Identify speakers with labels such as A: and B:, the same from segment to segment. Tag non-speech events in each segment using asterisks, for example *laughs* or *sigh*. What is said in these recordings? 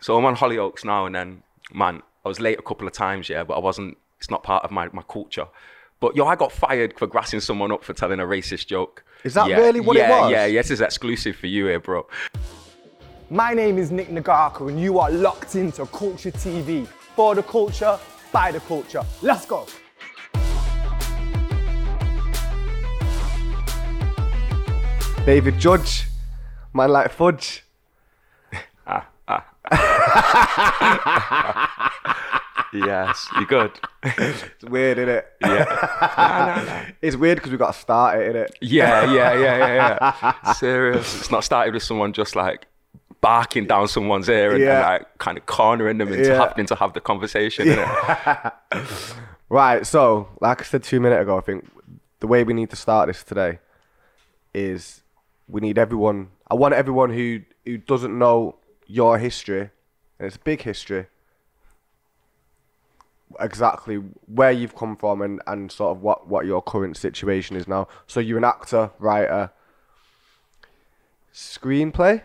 A: So I'm on Hollyoaks now, and then, man, I was late a couple of times, yeah, but I wasn't, it's not part of my, my culture. But yo, I got fired for grassing someone up for telling a racist joke.
B: Is that
A: Yeah,
B: really what it
A: yeah,
B: was?
A: Yeah, yeah, this is exclusive for you here, bro.
C: My name is Nick Nagaka, and you are locked into Culture TV. For the culture, by the culture. Let's go.
B: David Judge, man like fudge.
A: Yes, you *laughs* good?
B: It's weird, isn't it? it's weird because we got to start it, innit?
A: Yeah, yeah, yeah, yeah, yeah. Serious. It's not started with someone just like barking down someone's ear and, and,
B: Yeah.
A: like kind of cornering them into
B: Yeah.
A: happening to have the conversation. innit?
B: Right, so like I said two minutes ago, I think the way we need to start this today is we need everyone. I want everyone who who doesn't know your history, and it's a big history, exactly where you've come from and and sort of what what your current situation is now. So you're an actor, writer, screenplay.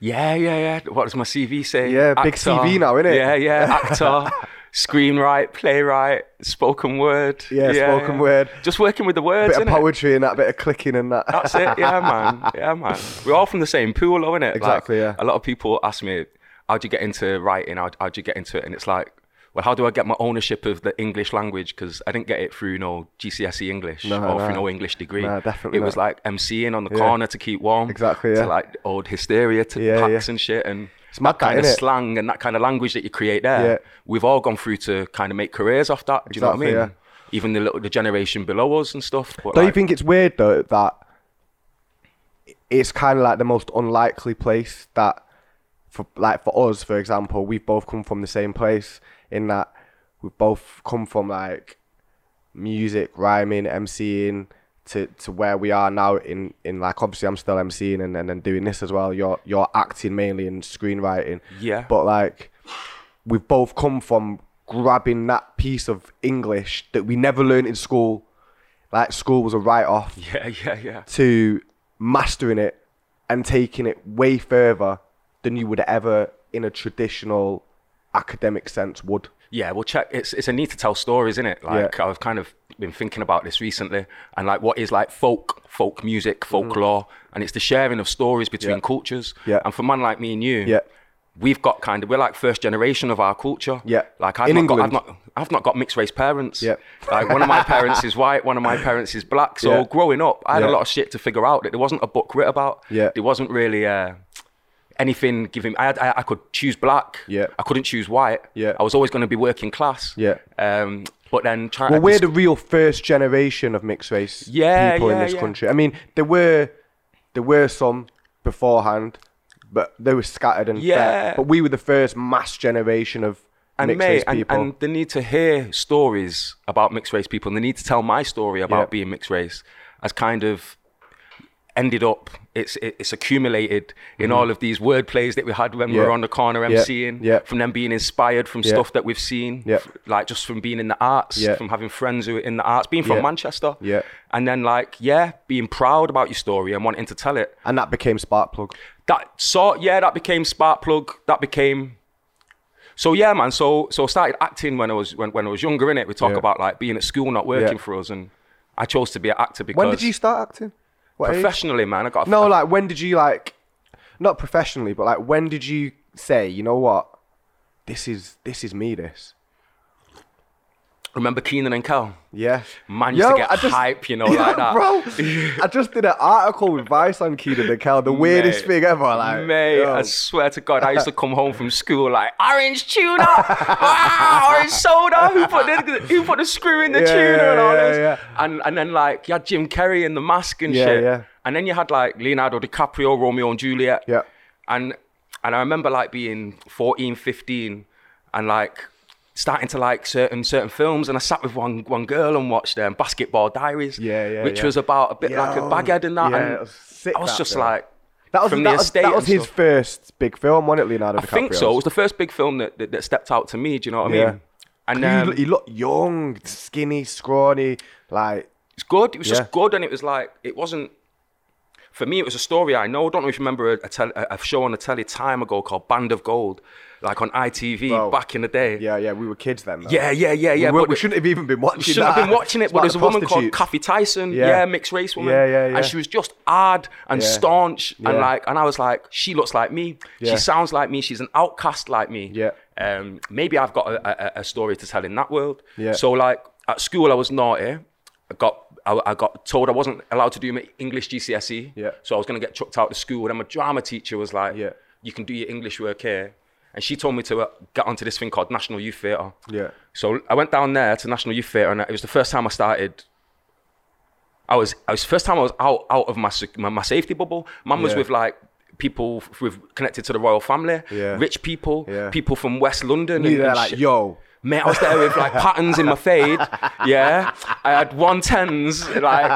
A: Yeah, yeah, yeah. What does my CV say?
B: Yeah, big CV now, innit?
A: Yeah,
B: *laughs*
A: yeah. Actor, screenwriter, playwright, spoken word.
B: Yeah, spoken word.
A: Just working with the words,
B: bit of
A: innit?
B: poetry and that bit of clicking and that.
A: That's it. Yeah, man. Yeah, man. We're all from the same pool, though, innit?
B: Exactly,
A: Like, A
B: yeah.
A: lot of people ask me, how'd you get into writing? How'd, how'd you get into it? And it's like, well, how do I get my ownership of the English language? Because I didn't get it through no GCSE E English
B: No,
A: or through
B: no.
A: no English degree.
B: No, definitely
A: It was
B: not.
A: like MCing on the corner to keep warm.
B: Exactly,
A: To
B: yeah.
A: like old hysteria to
B: Yeah,
A: packs
B: yeah.
A: and shit. And
B: It's mad
A: that kind
B: that,
A: of
B: innit?
A: slang and that kind of language that you create there.
B: Yeah.
A: We've all gone through to kind of make careers off that. Do you know
B: Exactly,
A: what I
B: yeah.
A: mean? Even the little the generation below us and stuff. But
B: Don't
A: like,
B: you think it's weird though that it's kind of like the most unlikely place that, for like for us, for example, we've both come from the same place in that we've both come from like music, rhyming, MCing to, to where we are now in, in like obviously I'm still MCing and, and then doing this as well. You're you're acting mainly and screenwriting.
A: Yeah.
B: But like we've both come from grabbing that piece of English that we never learned in school. Like school was a write off
A: *laughs* yeah, yeah, yeah.
B: to mastering it and taking it way further than you would ever in a traditional academic sense would.
A: Yeah, well, check. It's it's a need to tell stories, isn't it? Like
B: Yeah.
A: I've kind of been thinking about this recently, and like what is like folk, folk music, folklore, and it's the sharing of stories between
B: Mm-hmm. Yeah.
A: cultures.
B: Yeah.
A: And for man like me and you,
B: Yeah.
A: we've got kind of we're like first generation of our culture.
B: Yeah.
A: like I've
B: In
A: not
B: England.
A: got, I've not I've not got mixed race parents.
B: Yeah.
A: like one of my parents is white, one of my parents is black. So
B: Yeah.
A: growing up, I had a
B: Yeah.
A: lot of shit to figure out that there wasn't a book writ about.
B: Yeah.
A: there wasn't really. Uh, Anything giving, I, had, I I could choose black.
B: Yeah.
A: I couldn't choose white.
B: Yeah.
A: I was always going to be working class.
B: Yeah.
A: Um, but then trying
B: Well,
A: to
B: we're
A: dis-
B: the real first generation of mixed race
A: Yeah,
B: people in
A: yeah,
B: this
A: yeah.
B: country. I mean, there were there were some beforehand, but they were scattered and fair.
A: Yeah.
B: But we were the first mass generation of
A: and
B: mixed
A: mate,
B: race
A: and,
B: people.
A: and the need to hear stories about mixed race people, and the need to tell my story about
B: Yeah.
A: being mixed race, has kind of ended up. It's it- it's accumulated in all of these word plays that we had when we
B: Mm-hmm. Yeah.
A: were on the corner
B: Yeah.
A: emceeing.
B: Yeah.
A: From them being inspired from stuff that we've seen,
B: Yeah.
A: like just from being in the arts,
B: Yeah.
A: from having friends who are in the arts, being from
B: Yeah.
A: Manchester,
B: Yeah.
A: and then like yeah, being proud about your story and wanting to tell it.
B: And that became Sparkplug.
A: that sort yeah that became spark plug that became so yeah man so so I started acting when i was when, when i was younger in it we talk
B: Yeah.
A: about like being at school not working
B: Yeah.
A: for us and i chose to be an actor because
B: When did you start acting? What age?
A: professionally man i got a-
B: No, like when did you like, not professionally, but like when did you say, you know what, this is this is me. This.
A: remember keenan and cal
B: Yeah.
A: Man used to get hype, you know,
B: *laughs* Yeah,
A: like that. *laughs*
B: Bro, I just did an article with Vice on Keenan the Cow, the weirdest
A: Mate.
B: thing ever. Like,
A: Mate,
B: yo.
A: I swear to God, I
B: *laughs*
A: used to come home from school like orange tuna, ah, orange soda. Who put the who put the screw in the
B: Yeah,
A: tuna and all
B: yeah,
A: this?
B: yeah.
A: And and then like you had Jim Carrey in the mask and
B: Yeah,
A: shit.
B: yeah.
A: And then you had like Leonardo DiCaprio, Romeo and Juliet.
B: Yeah.
A: And and I remember like being 14, 15 and like starting to like certain certain films and I sat with one one girl and watched um, Basketball Diaries.
B: Yeah, yeah,
A: Which
B: yeah.
A: was about a bit like a
B: Yo,
A: baghead and that.
B: yeah,
A: and
B: it was sick,
A: I was
B: that
A: just
B: film.
A: like
B: that was,
A: from
B: that
A: the
B: was,
A: estate
B: that
A: and
B: was his
A: stuff.
B: first big film, wasn't it, Leonardo
A: I
B: DiCaprio?
A: think so. It was the first big film that that, that stepped out to me. Do you know what I mean?
B: Yeah.
A: And
B: He,
A: um,
B: lo- he looked young, skinny, scrawny, like
A: it's good. It was
B: Yeah.
A: just good, and it was like it wasn't. for me, it was a story I know. I don't know if you remember a, a, tel- a a show on the telly time ago called Band of Gold, like on ITV
B: Bro.
A: back in the day.
B: Yeah, yeah, we were kids then. Though.
A: Yeah, yeah, yeah, yeah.
B: we,
A: but
B: we
A: the-
B: shouldn't have even been watching.
A: should have
B: that.
A: been watching it,
B: It's
A: but
B: about
A: there's a
B: the
A: woman called
B: prostitutes.
A: Kathy Tyson, yeah,
B: Yeah.
A: mixed race woman,
B: Yeah, yeah, yeah.
A: and she was just hard and
B: Yeah.
A: staunch, and
B: Yeah.
A: like, and I was like, she looks like me,
B: Yeah.
A: she sounds like me, she's an outcast like me.
B: Yeah.
A: Um, maybe I've got a, a, a story to tell in that world.
B: Yeah.
A: So like at school, I was naughty. I got I, I got told I wasn't allowed to do my English GCSE.
B: Yeah.
A: E. So I was gonna get chucked out of school. And my drama teacher was like,
B: Yeah.
A: you can do your English work here. And she told me to uh, get onto this thing called National Youth Theatre.
B: Yeah.
A: So I went down there to National Youth Theatre, and it was the first time I started. I was I was first time I was out out of my sec- my, my safety bubble. Mum was
B: Yeah.
A: with like people f- with connected to the royal family,
B: Yeah.
A: rich people,
B: Yeah.
A: people from West London.
B: You there,
A: and
B: like,
A: shit.
B: yo,
A: Mate, I was there with like patterns in my
B: *laughs*
A: fade. Yeah, I had one tens, like,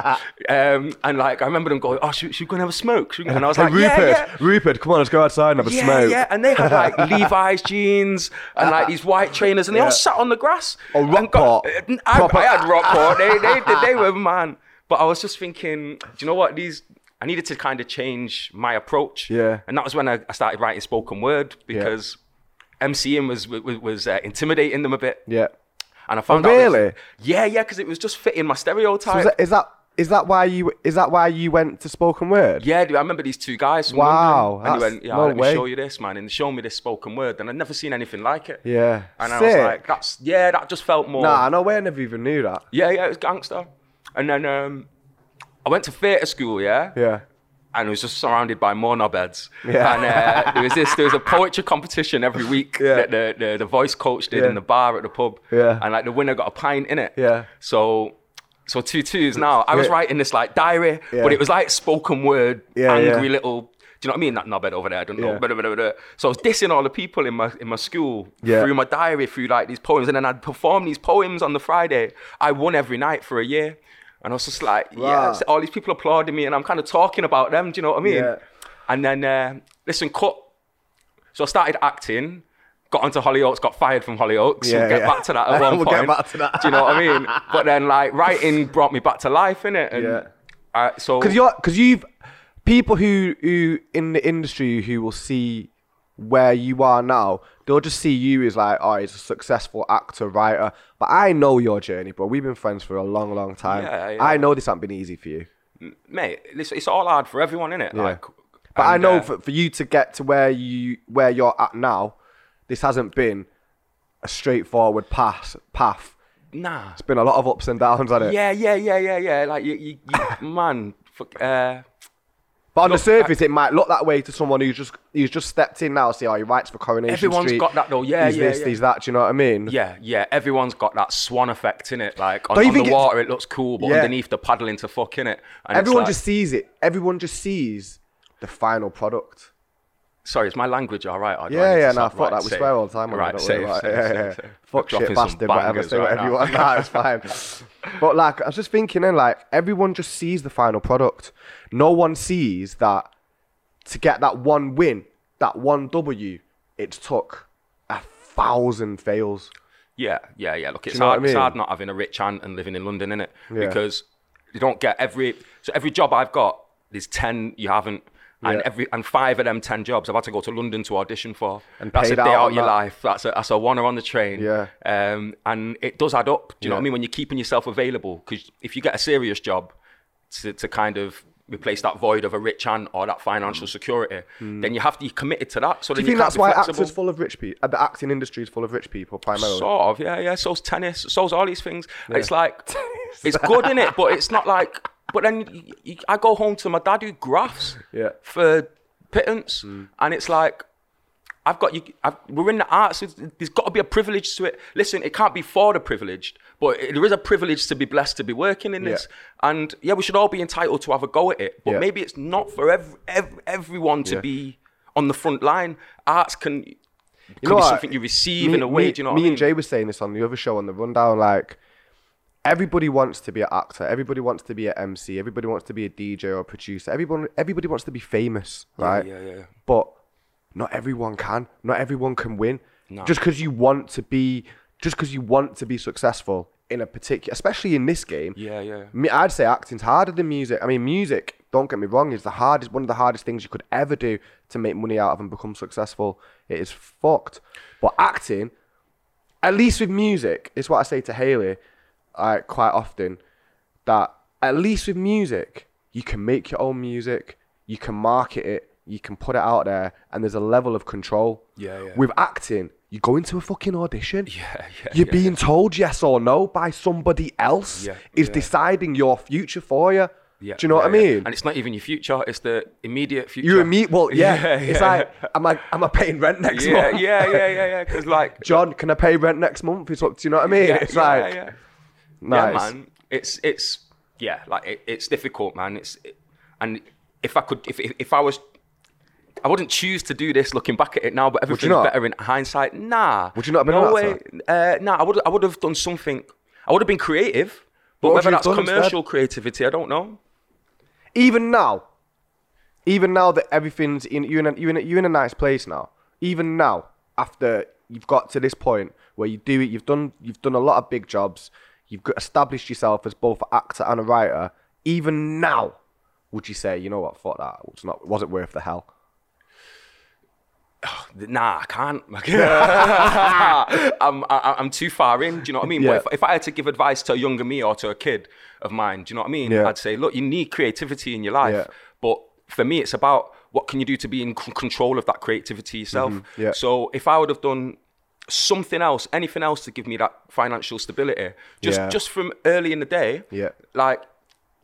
A: um, and like I remember them going, "Oh, should, should we go and have a smoke?" Should we go?" And I was
B: hey,
A: like,
B: Rupert,
A: "Yeah, yeah."
B: Rupert, come on, let's go outside and have a
A: Yeah,
B: smoke.
A: yeah, and they had like
B: *laughs*
A: Levi's jeans and like these white trainers, and they all
B: Yeah.
A: sat on the grass.
B: Or
A: and
B: Rockport.
A: got- I,
B: Proper-
A: I had Rockport. They, they, they, they
B: *laughs*
A: were man. But I was just thinking, do you know what? These I needed to kind of change my approach.
B: Yeah.
A: and that was when I, I started writing spoken word because MCing was was, was uh, intimidating them a bit.
B: Yeah.
A: And I found
B: Oh,
A: out this-
B: really?
A: yeah, yeah, because it was just fitting my stereotype.
B: Is that, is that is that why you is that why you went to spoken word?
A: Yeah, dude, I remember these two guys. From
B: Wow,
A: London, and they
B: that's-
A: went, "Yeah,
B: no
A: let me
B: way.
A: show you this, man," and they showed me this spoken word, and I'd never seen anything like it.
B: Yeah.
A: and I
B: Sick.
A: was like, oh. "That's yeah, that just felt more."
B: Nah, no way, I never even knew that.
A: Yeah, yeah, it was gangster. And then um, I went to theatre school, yeah,
B: Yeah.
A: and it was just surrounded by more knobheads.
B: Yeah.
A: And uh, there was this, there was a poetry competition every week
B: Yeah.
A: that the, the, the voice coach did
B: Yeah.
A: in the bar at the pub.
B: Yeah.
A: And like the winner got a pint in it.
B: Yeah.
A: So, so two twos now. I was
B: Yeah.
A: writing this like diary,
B: Yeah.
A: but it was like spoken word,
B: Yeah,
A: angry
B: yeah.
A: little. Do you know what I mean? That knobhead over there, I don't know.
B: Yeah.
A: Blah, blah, blah, blah. So I was dissing all the people in my in my school
B: Yeah.
A: through my diary, through like these poems, and then I'd perform these poems on the Friday. I won every night for a year, and I was just like, yeah,
B: Wow.
A: all these people applauding me, and I'm kind of talking about them. Do you know what I mean?
B: Yeah.
A: And then uh, listen, cut. So I started acting, got onto Hollyoaks, got fired from Hollyoaks.
B: Yeah,
A: we'll get
B: yeah.
A: back to that
B: *laughs*
A: at one
B: We'll
A: point.
B: get back to that.
A: Do you know what I mean? But then like writing brought me back to life, innit? And,
B: Yeah.
A: Uh, so
B: because you're because you've people who who in the industry who will see where you are now they'll just see you as like oh he's a successful actor writer but i know your journey bro we've been friends for a long long time
A: Yeah, yeah.
B: i know this hasn't been easy for you
A: mate, it's, it's all hard for everyone, innit?
B: Yeah.
A: Like,
B: but i
A: and,
B: know
A: uh,
B: for, for you to get to where you where you're at now this hasn't been a straightforward path path
A: nah.
B: it's been a lot of ups and downs on it
A: Yeah, yeah, yeah, yeah, yeah. Like you, you, you *laughs* man. Fuck, uh,
B: but on the surface it might look that way to someone who's just who's just stepped in now see oh he writes for coronation
A: Everyone's
B: Street.
A: got that though, yeah,
B: he's
A: yeah,
B: this
A: yeah.
B: he's that do you know what i mean
A: yeah, yeah. Everyone's got that swan effect in it. Like on,
B: Don't you
A: on the
B: think it's-
A: water, it looks cool, but
B: Yeah.
A: underneath the paddling to fuck in it. And it's
B: Everyone
A: like-
B: just sees it. Everyone just sees the final product.
A: Sorry, it's my language all right? Or do I
B: Yeah,
A: need to
B: yeah,
A: stop?
B: no, fuck
A: Right,
B: that. We
A: safe.
B: swear all the time. on it,
A: Right,
B: don't
A: safe,
B: worry about
A: safe,
B: it. Yeah,
A: safe,
B: yeah, yeah.
A: safe.
B: Fuck
A: Dropping
B: shit,
A: some
B: bastard, whatever.
A: bangers
B: Say
A: right
B: whatever you
A: now.
B: want. *laughs* Nah, it's fine. But like, I was just thinking, then, like, everyone just sees the final product. No one sees that to get that one win, that one W, it took a thousand fails.
A: Yeah, yeah, yeah. Look, it's
B: know what
A: hard.
B: I
A: It's
B: mean?
A: hard not having a rich aunt and living in London, innit?
B: Yeah.
A: Because you don't get every. So every job I've got, there's ten you haven't, and
B: Yeah.
A: every and five of them ten jobs I've had to go to London to audition for.
B: And
A: that's a
B: paid
A: day
B: out
A: out
B: on
A: your
B: that.
A: life. That's a that's a one on the train.
B: Yeah.
A: Um, and it does add up. Do you know
B: Yeah.
A: what I mean? When you're keeping yourself available, because if you get a serious job, to to kind of replace that void of a rich aunt or that financial security, then you have to be committed to that. So
B: Mm. Do
A: then
B: you think
A: can't
B: that's
A: be
B: why
A: flexible.
B: actors full of rich people? The acting industry is full of rich people primarily.
A: Sort of, yeah, yeah. So's tennis, so's all these things. It's
B: *laughs*
A: like it's good in it, but it's not like. But then y y I I go home to my dad who grafts
B: Yeah. Mm.
A: for pittance, and it's like I've got you. I've, we're in the arts. it's- There's got to be a privilege to it. Listen, it can't be for the privileged, but it- there is a privilege to be blessed to be working in this. And yeah, we should all be entitled to have a go at it. But
B: Yeah.
A: maybe it's not for ev- ev- everyone to
B: Yeah.
A: be on the front line. Arts can. can
B: know
A: be
B: what?
A: something you receive
B: me,
A: in a way,
B: me-
A: do you know
B: me
A: what I mean?
B: and Jay were saying this on the other show on the rundown. Like, everybody wants to be an actor. Everybody wants to be an MC. Everybody wants to be a DJ or a producer. Everyone, everybody wants to be famous, right?
A: yeah, yeah.
B: But not everyone can. Not everyone can win.
A: No.
B: Just because you want to be, just because you want to be successful in a particular, especially in this game.
A: Yeah, yeah.
B: Me, I'd say acting's harder than music. I mean, music don't get me wrong, is the hardest one of the hardest things you could ever do to make money out of and become successful. It is fucked. But acting, at least with music, is what I say to Haley uh, quite often. That at least with music, you can make your own music, you can market it, you can put it out there, and there's a level of control.
A: Yeah, yeah.
B: With acting, you go into a fucking audition.
A: Yeah, yeah,
B: You're
A: yeah,
B: being told yes or no by somebody else
A: Yeah,
B: is
A: yeah.
B: deciding your future for you.
A: Yeah,
B: Do you know what I
A: yeah, yeah.
B: mean?
A: And it's not even your future; it's the immediate future.
B: You and me,
A: *laughs*
B: well, yeah. It's
A: yeah.
B: like, am I, am I paying rent next
A: yeah,
B: month?
A: yeah, yeah, yeah, yeah. Because like,
B: *laughs* John, can I pay rent next month? It's what, do you know what I mean?
A: yeah,
B: it's
A: yeah,
B: like,
A: yeah.
B: nice.
A: yeah, man. It's it's yeah, like it, it's difficult, man. It's it, and if I could, if, if if I was, I wouldn't choose to do this. Looking back at it now, but
B: Would you
A: everything's
B: not?
A: better in hindsight. Nah.
B: Would you not have been
A: No
B: on
A: way.
B: that
A: Uh, nah, I would I would have done something. I would have been creative, but
B: What would
A: whether
B: you
A: that's
B: have done
A: commercial creativity, I don't know.
B: Even now, even now that everything's in, you're in, a, you're, in a, you're in a nice place now. Even now, after you've got to this point where you do it, you've done, you've done a lot of big jobs, you've got, established yourself as both an actor and a writer. Even now, would you say, you know what, fuck that, it's not, was it worth the hell?
A: Nah, I
B: *laughs*
A: can't. *laughs* I'm I, I'm too far in. Do you know what I mean?
B: Yeah.
A: But if, if I had to give advice to a younger me or to a kid of mine, do you know what I mean?
B: Yeah.
A: I'd say, look, you need creativity in your life,
B: Yeah.
A: but for me, it's about what can you do to be in c- control of that creativity yourself.
B: Mm-hmm. Yeah.
A: So if I would have done something else, anything else to give me that financial stability, just
B: Yeah.
A: just from early in the day,
B: Yeah.
A: like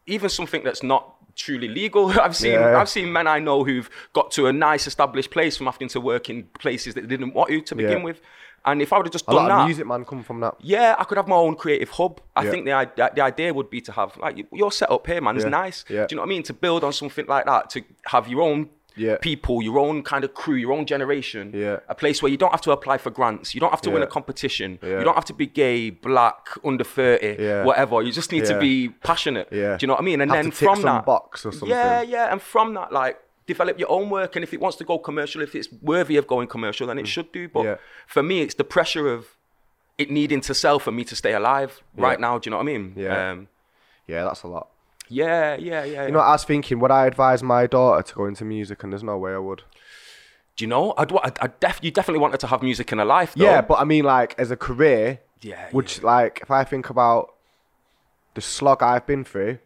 A: even something that's not truly legal. *laughs* I've seen
B: Yeah.
A: I've seen men I know who've got to a nice established place from having to work in places that they didn't want you to begin with. And if I would have just
B: A
A: done
B: lot
A: that,
B: of music, man, come from that.
A: yeah, I could have my own creative hub. I
B: Yeah.
A: think the, i- the idea would be to have like y- your setup here, man, is
B: Yeah.
A: nice.
B: Yeah.
A: Do you know what I mean? To build on something like that, to have your own
B: Yeah.
A: people, your own kind of crew, your own generation.
B: Yeah.
A: A place where you don't have to apply for grants, you don't have to win
B: Yeah.
A: a competition,
B: Yeah.
A: you don't have to be gay, black, under thirty,
B: Yeah.
A: whatever. You just need
B: Yeah.
A: to be passionate.
B: Yeah.
A: Do you know what I mean? And
B: Have
A: then
B: to tick
A: from
B: some
A: that
B: box or something.
A: Yeah, yeah, and from that, like develop your own work. And if it wants to go commercial, if it's worthy of going commercial, then it should do. But
B: Mm. Yeah.
A: for me, it's the pressure of it needing to sell for me to stay alive right now. Do you know what I mean?
B: Yeah.
A: Um,
B: Yeah, that's a lot.
A: yeah, yeah, yeah.
B: You know, I was thinking, would I advise my daughter to go into music? And there's no way I would.
A: do you know? I'd, wa- I'd, I'd def- you definitely wanted to have music in her life. Though.
B: Yeah, but I mean, like, as a career,
A: Yeah,
B: which, like, if I think about the slog I've been through,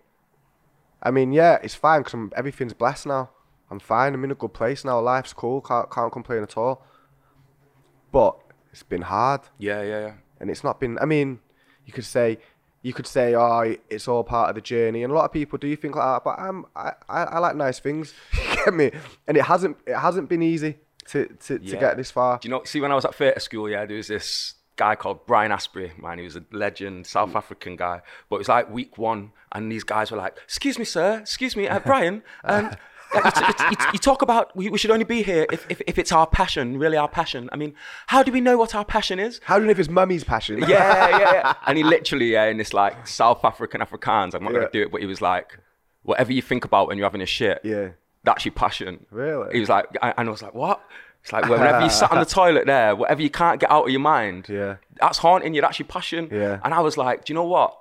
B: I mean, yeah, it's fine because everything's blessed now. I'm fine. I'm in a good place now. Life's cool. Can't, can't complain at all. But it's been hard.
A: yeah, yeah, yeah.
B: and it's not been. I mean, you could say, you could say, oh, it's all part of the journey, and a lot of people do think like that. But I'm, I, I, I like nice things. *laughs* You get me? And it hasn't, it hasn't been easy to to, to
A: Yeah.
B: get this far.
A: Do you know? See, when I was at theatre school, yeah, there was this guy called Brian Asprey. Man, he was a legend, South African guy. But it was like week one, and these guys were like, "Excuse me, sir. Excuse me, uh, *laughs* Brian." Um, uh, you, t- you t- you talk about we, we should only be here if, if, if it's our passion, really our passion. I mean, how do we know what our passion is?
B: How do you know if it's mummy's
A: *laughs*
B: passion?
A: yeah, yeah, yeah. And he literally, yeah, in this like South African Afrikaans, I'm not
B: Yeah.
A: gonna do it, but he was like, whatever you think about when you're having a shit,
B: *laughs* Yeah.
A: that's your passion.
B: Really?
A: He was like, I- and I was like, what? It's like whenever you
B: *laughs*
A: sat on the toilet there, whatever you can't get out of your mind,
B: Yeah.
A: that's haunting you. That's your passion.
B: Yeah. Mm.
A: And I was like, do you know what?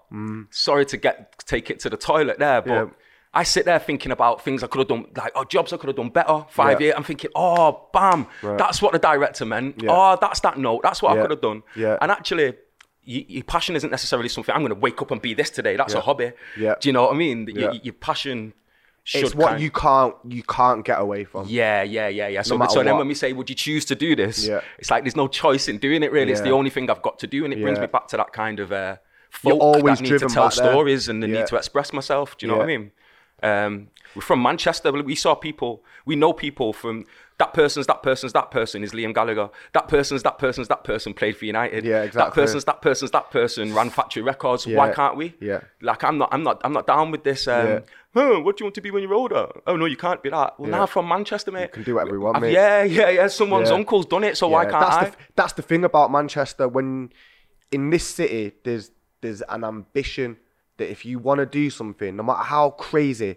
A: Sorry to get take it to the toilet there, but.
B: Yeah.
A: I sit there thinking about things I could have done, like oh, jobs I could have done better. Five
B: Yeah.
A: years, I'm thinking, oh, bam,
B: Right.
A: that's what the director meant.
B: Yeah.
A: Oh, that's that note. That's what
B: Yeah.
A: I could have done.
B: Yeah.
A: And actually, y your passion isn't necessarily something I'm going to wake up and be this today. That's a
B: Yeah.
A: hobby.
B: Yeah.
A: Do you know what I mean? That
B: Yeah.
A: Your, your passion. Should
B: It's what
A: kind-
B: you can't, you can't get away from.
A: yeah, yeah, yeah, yeah. So,
B: matter
A: so then
B: what.
A: when we say, would you choose to do this?
B: Yeah.
A: It's like there's no choice in doing it, really. It's the
B: Yeah.
A: only thing I've got to do. And it brings
B: Yeah.
A: me back to that kind of uh,
B: You're
A: folk
B: always
A: that need to
B: driven
A: tell
B: back there.
A: stories and the
B: Yeah.
A: need to express myself. Do you know what I
B: Yeah.
A: mean? Um, we're from Manchester. We saw people, we know people from that person's, that person's, that person is Liam Gallagher. That person's, that person's, that person played for United.
B: Yeah,
A: That
B: exactly.
A: person's, that person's, that person ran Factory Records. Why
B: Yeah.
A: can't we?
B: Yeah.
A: Like I'm not, I'm not, I'm not down with this. Um,
B: Yeah.
A: "Huh, what do you want to be when you're older? Oh no, you can't be that. Well,
B: Yeah.
A: now from Manchester, mate. You
B: can do whatever you want, mate.
A: Yeah, yeah, yeah. Someone's
B: Yeah.
A: uncle's done it, so why
B: Yeah,
A: can't
B: that's
A: I?
B: The, that's the thing about Manchester. When in this city, there's there's an ambition that if you want to do something, no matter how crazy,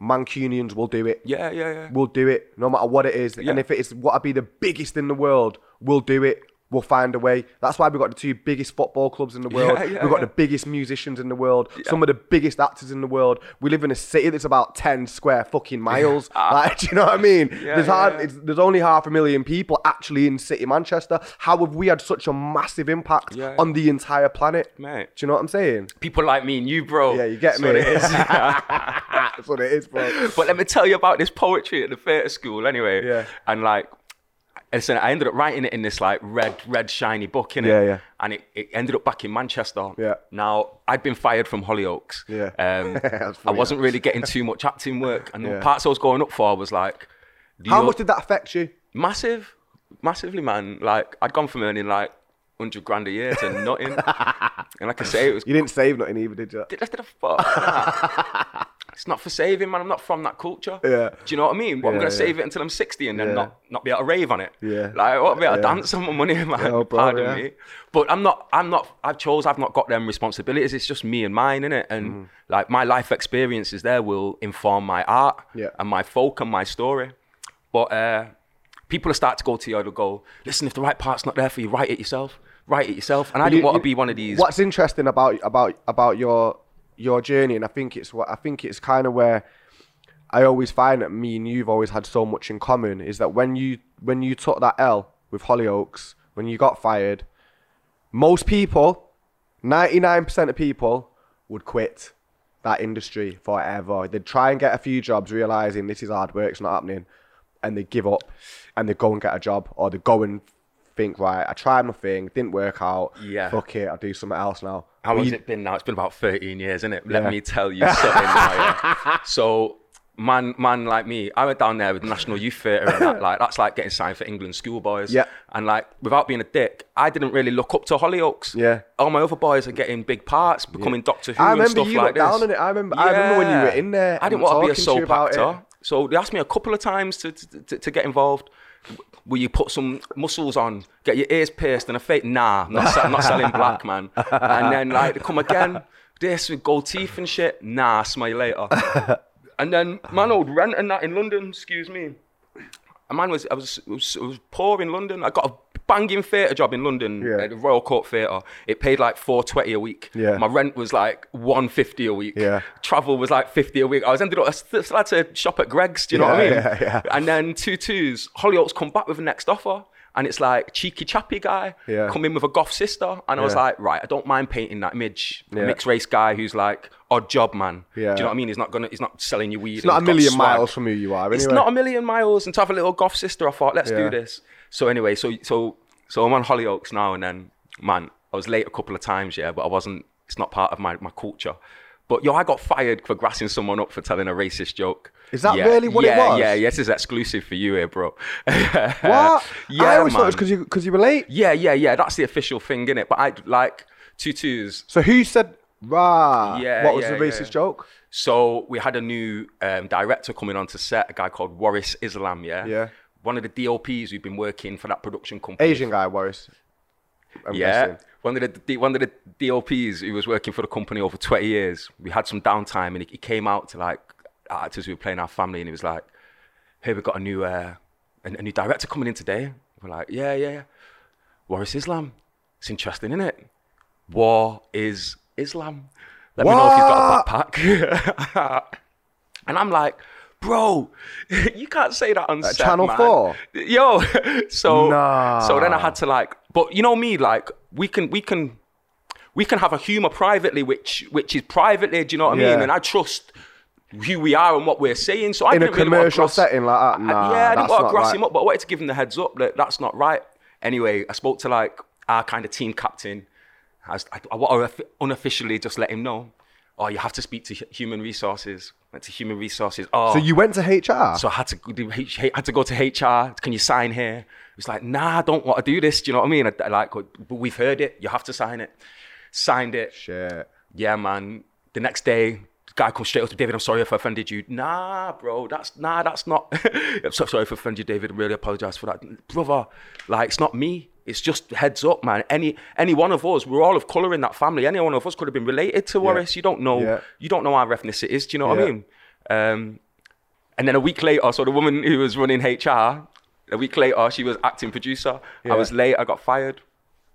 B: Mancunians will do it.
A: yeah, yeah, yeah.
B: We'll do it no matter what it is.
A: Yeah.
B: And if it is what I be the biggest in the world, we'll do it. We'll find a way. That's why we've got the two biggest football clubs in the world.
A: Yeah, yeah,
B: we've got
A: yeah.
B: the biggest musicians in the world. Some of the biggest actors in the world. We live in a city that's about 10 square
A: *laughs*
B: fucking miles. Like, *laughs* do you know what I mean? there's,
A: Ah. yeah,
B: hard,
A: yeah.
B: It's, there's only half a million people actually in city Manchester. How have we had such a massive impact
A: Yeah, yeah.
B: on the entire planet?
A: Mate.
B: Do you know what I'm saying?
A: People like me and you, bro.
B: Yeah, you
A: That's
B: get me.
A: what it is.
B: *laughs* That's what it is, bro.
A: Ah. but let me tell you about this poetry at the theatre school anyway.
B: Yeah.
A: And like, listen, I ended up writing it in this like red, red shiny book, innit?
B: Yeah, yeah.
A: And it, it ended up back in Manchester.
B: Yeah.
A: Now, I'd been fired from Hollyoaks.
B: Yeah. *laughs*
A: Um,
B: *laughs* That's
A: I
B: funny.
A: wasn't really getting too much acting work. And
B: Yeah.
A: the parts I was going up for was like, do
B: How
A: you-
B: much did that affect you?
A: massive, massively, man. Like, I'd gone from earning like 100 grand a year to
B: *laughs*
A: nothing. and like I say, it was
B: You didn't save nothing either, did you?
A: did I did a fuck. nah.
B: *laughs*
A: it's not for saving, man. I'm not from that culture.
B: Yeah.
A: Do you know what I mean? What I'm
B: Yeah,
A: gonna
B: yeah.
A: save it until I'm 60 and then
B: Yeah.
A: not not be able to rave on it.
B: Yeah.
A: Like what be able to
B: Yeah.
A: dance on my money, *laughs* man.
B: Yeah, oh, bro,
A: Pardon
B: yeah.
A: me. But I'm not. I'm not. I chose. I've not got them responsibilities. It's just me and mine, innit? And
B: Mm.
A: like my life experiences there will inform my art
B: Yeah.
A: and my folk and my story. But uh, people start to go to you. They'll go, listen. If the right part's not there for you, write it yourself. Write it yourself. And I didn't
B: You-
A: want to be
B: you-
A: one of these.
B: What's interesting about about about your your journey, and I think it's what I think it's kind of where I always find that me and you've always had so much in common is that when you when you took that L with Hollyoaks, when you got fired, most people, ninety nine percent of people, would quit that industry forever. They'd try and get a few jobs, realizing this is hard work, it's not happening, and they give up, and they go and get a job, or they go and think, right, I tried my thing, didn't work out,
A: Yeah.
B: fuck it, I'll do something else now.
A: How
B: But
A: long's
B: you-
A: it been now? It's been about 13 years, isn't it? Let
B: Yeah.
A: me tell
B: *laughs*
A: you something. now, yeah. So, man, man like me, I went down there with National Youth Theatre and that. Like, that's like getting signed for England schoolboys.
B: Yeah.
A: And like, without being a dick, I didn't really look up to Hollyoaks.
B: Yeah.
A: All my other boys are getting big parts, becoming Doctor Who
B: I
A: and
B: remember
A: stuff
B: you
A: like
B: looked down
A: this.
B: on it. I remember- I remember when you were in there
A: I didn't
B: and
A: want to be a
B: talking to
A: soap
B: you about it.
A: actor. So they asked me a couple of times to to, to, to get involved. Will you put some muscles on, get your ears pierced and a fake? Nah, I'm not, se- I'm not selling black, man. And then like they come again, this with gold teeth and shit. Nah, smell you
B: *laughs*
A: later. And then man, old rent and that in London. Excuse me. A man was I was, was, was poor in London. I got a banging theatre job in London
B: Yeah.
A: at the Royal Court Theatre. It paid like four twenty a week.
B: Yeah.
A: My rent was like one fifty a week.
B: Yeah.
A: Travel was like fifty a week. I was ended up I still had to shop at Greg's. Do you know what I
B: Yeah,
A: mean?
B: yeah, yeah.
A: And then two twos. Hollyoaks come back with the next offer. And it's like cheeky chappy guy
B: Yeah.
A: come in with a goth sister, and I was
B: Yeah.
A: like, right, I don't mind painting that image, a
B: Yeah.
A: mixed race guy who's like odd job man.
B: Yeah.
A: Do you know what I mean? He's not gonna, he's not selling you weed. It's
B: not a million miles from who you are. Anyway.
A: It's not a million miles. And to have a little goth sister, I thought, let's
B: Yeah.
A: do this. So anyway, so so so I'm on Hollyoaks now, and then man, I was late a couple of times, yeah, but I wasn't. It's not part of my my culture. But yo, I got fired for grassing someone up for telling a racist joke.
B: Is that
A: Yeah,
B: really what it
A: yeah,
B: was?
A: Yeah, yeah, this is exclusive for you here, bro. *laughs*
B: What?
A: yeah,
B: I always thought it
A: man.
B: was because you because you were late.
A: Yeah, yeah, yeah. That's the official thing, innit? But I like tutus.
B: So who said rah?
A: Yeah,
B: What was
A: yeah,
B: the
A: yeah.
B: racist joke?
A: So we had a new um, director coming on to set, a guy called Waris Islam. Yeah.
B: Yeah.
A: One of the DOPs who've been working for that production company.
B: Asian guy, Warris. I'm
A: yeah.
B: guessing.
A: One of the D- one of the DOPs who was working for the company over 20 years. We had some downtime, and he, he came out to like actors who were playing our family, and he was like, "Hey, we got a new uh, a, a new director coming in today." We're like, "Yeah, yeah, yeah." Waris Islam. It's interesting, isn't it? War is Islam. Let me know if you've got a backpack. *laughs* and I'm like, bro, *laughs* you can't say that on set,
B: Channel
A: man."
B: 4?
A: Yo, *laughs* so
B: Nah.
A: so then I had to like, but you know me, like we can we can we can have a humor privately, which which is privately. Do you know what I mean?
B: Yeah.
A: And I trust who we are and what we're saying. So I
B: In a
A: didn't really wanna
B: commercial
A: cross-
B: setting like that,
A: I-
B: nah,
A: yeah, I
B: that's
A: didn't want
B: not
A: to grass
B: right.
A: him up, but I wanted to give him the heads up that that's not right. Anyway, I spoke to like our kind of team captain. I, was, I, I want to unofficially just let him know. Oh, you have to speak to hu- human resources. Went to human resources. Oh,
B: So you went to HR.
A: so I had to go do H- had to go to HR. Can you sign here? It was like, nah, I don't want to do this. Do you know what I mean? I, I like, but we've heard it. You have to sign it. Signed it.
B: Shit.
A: Yeah, man. The next day, the guy comes straight up to David. I'm sorry if I offended you. Nah, bro. That's nah. That's not. *laughs* I'm so sorry if I offended you, David. Really apologize for that, brother. Like, it's not me. It's just heads up, man. Any any one of us, we're all of color in that family. Any one of us could have been related to Warris. You don't know.
B: Yeah.
A: You don't know our ethnicity is. Do you know what
B: Yeah.
A: I mean? Um, and then a week later, so the woman who was running HR, A week later, she was acting producer.
B: Yeah.
A: I was late. I got fired.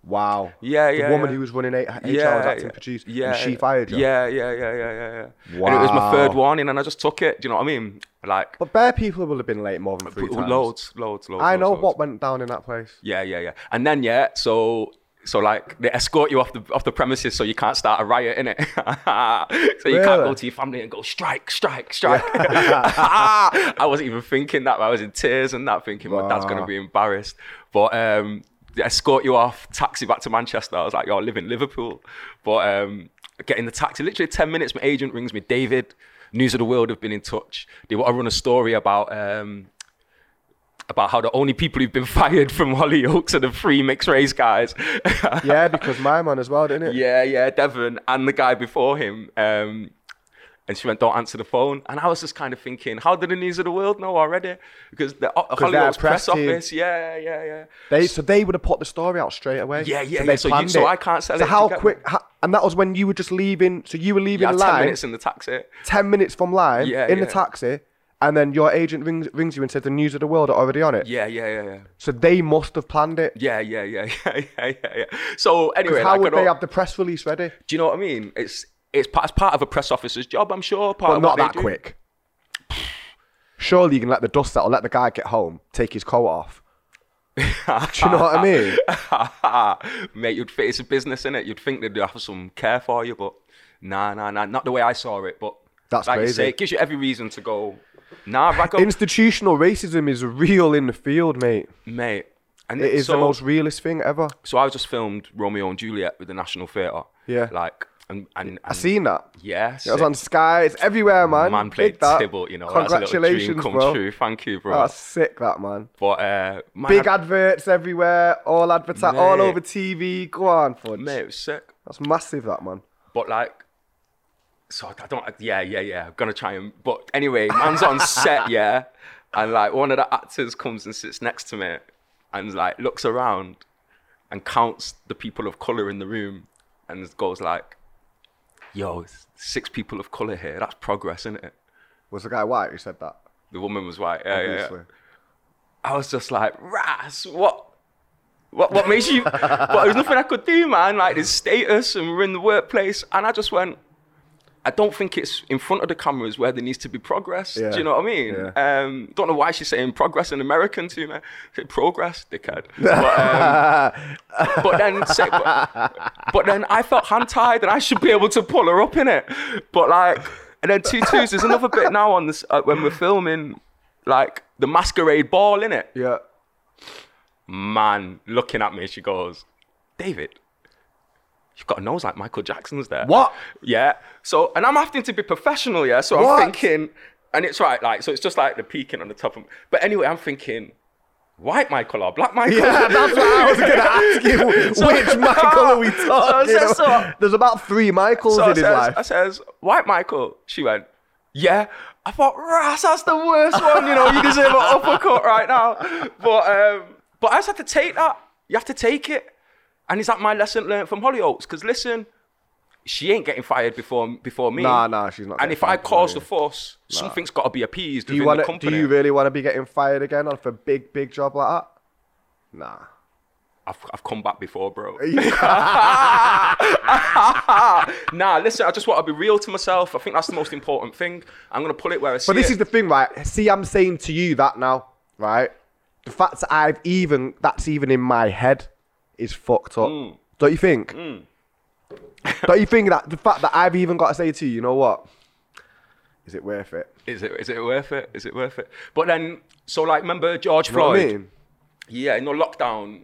B: Wow.
A: Yeah,
B: the
A: yeah,
B: woman
A: yeah.
B: who was running eight, HR was acting producer. and she
A: yeah.
B: fired you.
A: Yeah, yeah, yeah, yeah, yeah, yeah. And it was my third
B: Wow.
A: warning, and I just took it. Do you know what I mean? Like
B: But bare people will have been late more than three times.
A: loads, loads, loads.
B: I
A: loads,
B: know
A: loads.
B: what went down in that place.
A: *laughs* Yeah, yeah, yeah. And then yeah, so so like they escort you off the off the premises so you can't start a riot in it. *laughs* so you can't
B: Really?
A: go to your family and go strike, strike, strike. *laughs* I wasn't even thinking that. but I was in tears and that, thinking my dad's gonna
B: Wow.
A: be embarrassed. But um, they escort you off, taxi back to Manchester. I was like, yo, I live in Liverpool, but um, getting the taxi, literally ten minutes. My agent rings me, David. News of the World have been in touch. They want to run a story about um, about how the only people who've been *laughs* fired from Hollyoaks are the three mixed race guys. *laughs*
B: Yeah, because my man as well, didn't it?
A: yeah, yeah, Devon and the guy before him. Um, and she went, "Don't answer the phone." And I was just kind of thinking, how did the news of the world know already? Because the uh,
B: they're a
A: Hollyoaks press
B: press team.
A: office, yeah, yeah, yeah.
B: They so they would have put the story out straight away.
A: Yeah, yeah, yeah,
B: so they
A: so you-
B: planned
A: so
B: it.
A: I can't sell
B: So
A: it,
B: how
A: you get
B: quick?
A: me?
B: How, and that was when you were just leaving. So you were leaving
A: Yeah, ten
B: line.
A: minutes in the taxi.
B: 10 minutes from line
A: Yeah,
B: in the
A: yeah.
B: taxi, and then your agent rings rings you and says the news of the world are already on it.
A: Yeah, yeah, yeah, yeah.
B: So they must have planned it.
A: Yeah, yeah, yeah, *laughs* yeah, yeah, yeah, yeah. So anyway,
B: how
A: like, I
B: would they
A: don't-
B: have the press release ready?
A: do you know what I mean? It's it's part, it's part of a press officer's job, I'm sure. Part
B: But
A: of
B: not
A: what they
B: that
A: do.
B: quick. Surely you can let the dust settle, let the guy get home, take his coat off. Do you
A: *laughs*
B: know what I mean?
A: Mate, you'd think it's a business, innit? You'd think they'd have some care for you, but nah, nah, nah. Not the way I saw it, but
B: That's
A: like
B: crazy.
A: you say, it gives you every reason to go,
B: *laughs*
A: nah, back up,
B: Institutional racism is real in the field, mate.
A: mate. And
B: It is
A: so,
B: the most realist thing ever.
A: So I just filmed Romeo and Juliet with the National Theatre.
B: Yeah.
A: Like, and, and,
B: I
A: and
B: seen that.
A: yes.
B: It was on Sky. It's everywhere, man.
A: Man
B: Dig
A: played
B: that.
A: Tibble, you know. that's a little
B: Congratulations,
A: dream come
B: bro.
A: true. Thank you, bro.
B: That's sick, that man.
A: but uh, man,
B: Big
A: I-
B: adverts everywhere, all adverti- all
A: Mate.
B: over TV. Go on, Fudge.
A: mate, it was sick.
B: That's massive, that man.
A: But like, so I don't. Yeah, yeah, yeah. I'm gonna try and. But anyway, man's on set, yeah, and like one of the actors comes and sits next to me, and like looks around, and counts the people of color in the room, and goes like, "Yo, it's six people of color here. That's progress, isn't it?"
B: Was the guy white who said that?
A: The woman was white. Yeah, yeah,
B: Obviously. *laughs*
A: yeah. I was just like, Ras, what? What, what makes
B: *laughs*
A: you? but there's nothing I could do, man. Like there's status, and we're in the workplace, and I just went. I don't think it's in front of the cameras where there needs to be progress.
B: Yeah.
A: Do you know what I mean?
B: Yeah.
A: Um, don't know why she's saying progress in American to me. Say progress,
B: *laughs*
A: dickhead. But, um, but then, say, but, but then I felt hand tied, and I should be able to pull her up in it. But like, and then two twos. There's another bit now on this uh, when we're filming, like the masquerade ball in it
B: Yeah.
A: man looking at me. She goes, David, you've got a nose like Michael Jackson's there.
B: What?
A: Yeah. So, and I'm having to be professional, yeah. So
B: What?
A: I'm thinking, and it's right, like, so it's just like the peaking on the top of. But anyway, I'm thinking, white Michael or black Michael?
B: Yeah, that's what I
A: *laughs*
B: was gonna ask you.
A: So- *laughs*
B: Which Michael are we
A: So I
B: talking
A: said,
B: about?
A: so-
B: There's about three Michaels
A: So I
B: in his
A: says,
B: life.
A: I says, white Michael. She went, yeah. I thought, Ras, that's the worst one. You know, you deserve an
B: *laughs*
A: uppercut right now. But um, but I just had to take that. You have to take it. And is that my lesson learned from Hollyoaks? Because listen, she ain't getting fired before before me.
B: Nah, nah, she's not
A: And
B: getting
A: if I
B: fired
A: cause
B: before
A: the
B: you.
A: force, something's got to be appeased
B: do
A: within
B: you want
A: the
B: to? Do
A: company.
B: you really want to be getting fired again off a big, big job like that? Nah.
A: I've, I've come back before,
B: *laughs*
A: bro. *laughs* nah, listen, I just want to be real to myself. I think that's the most important thing. I'm gonna pull it where I see
B: But this
A: it.
B: is the thing, right? See, I'm saying to you that now, right? The fact that I've even that's even in my head is fucked up.
A: Mm.
B: Don't you think? *laughs* Don't you think that the fact that I've even got to say to you, you know what? Is it worth it?
A: Is it is it worth it? Is it worth it? But then, so like, remember George
B: You know
A: Floyd?
B: what I mean?
A: Yeah, in the lockdown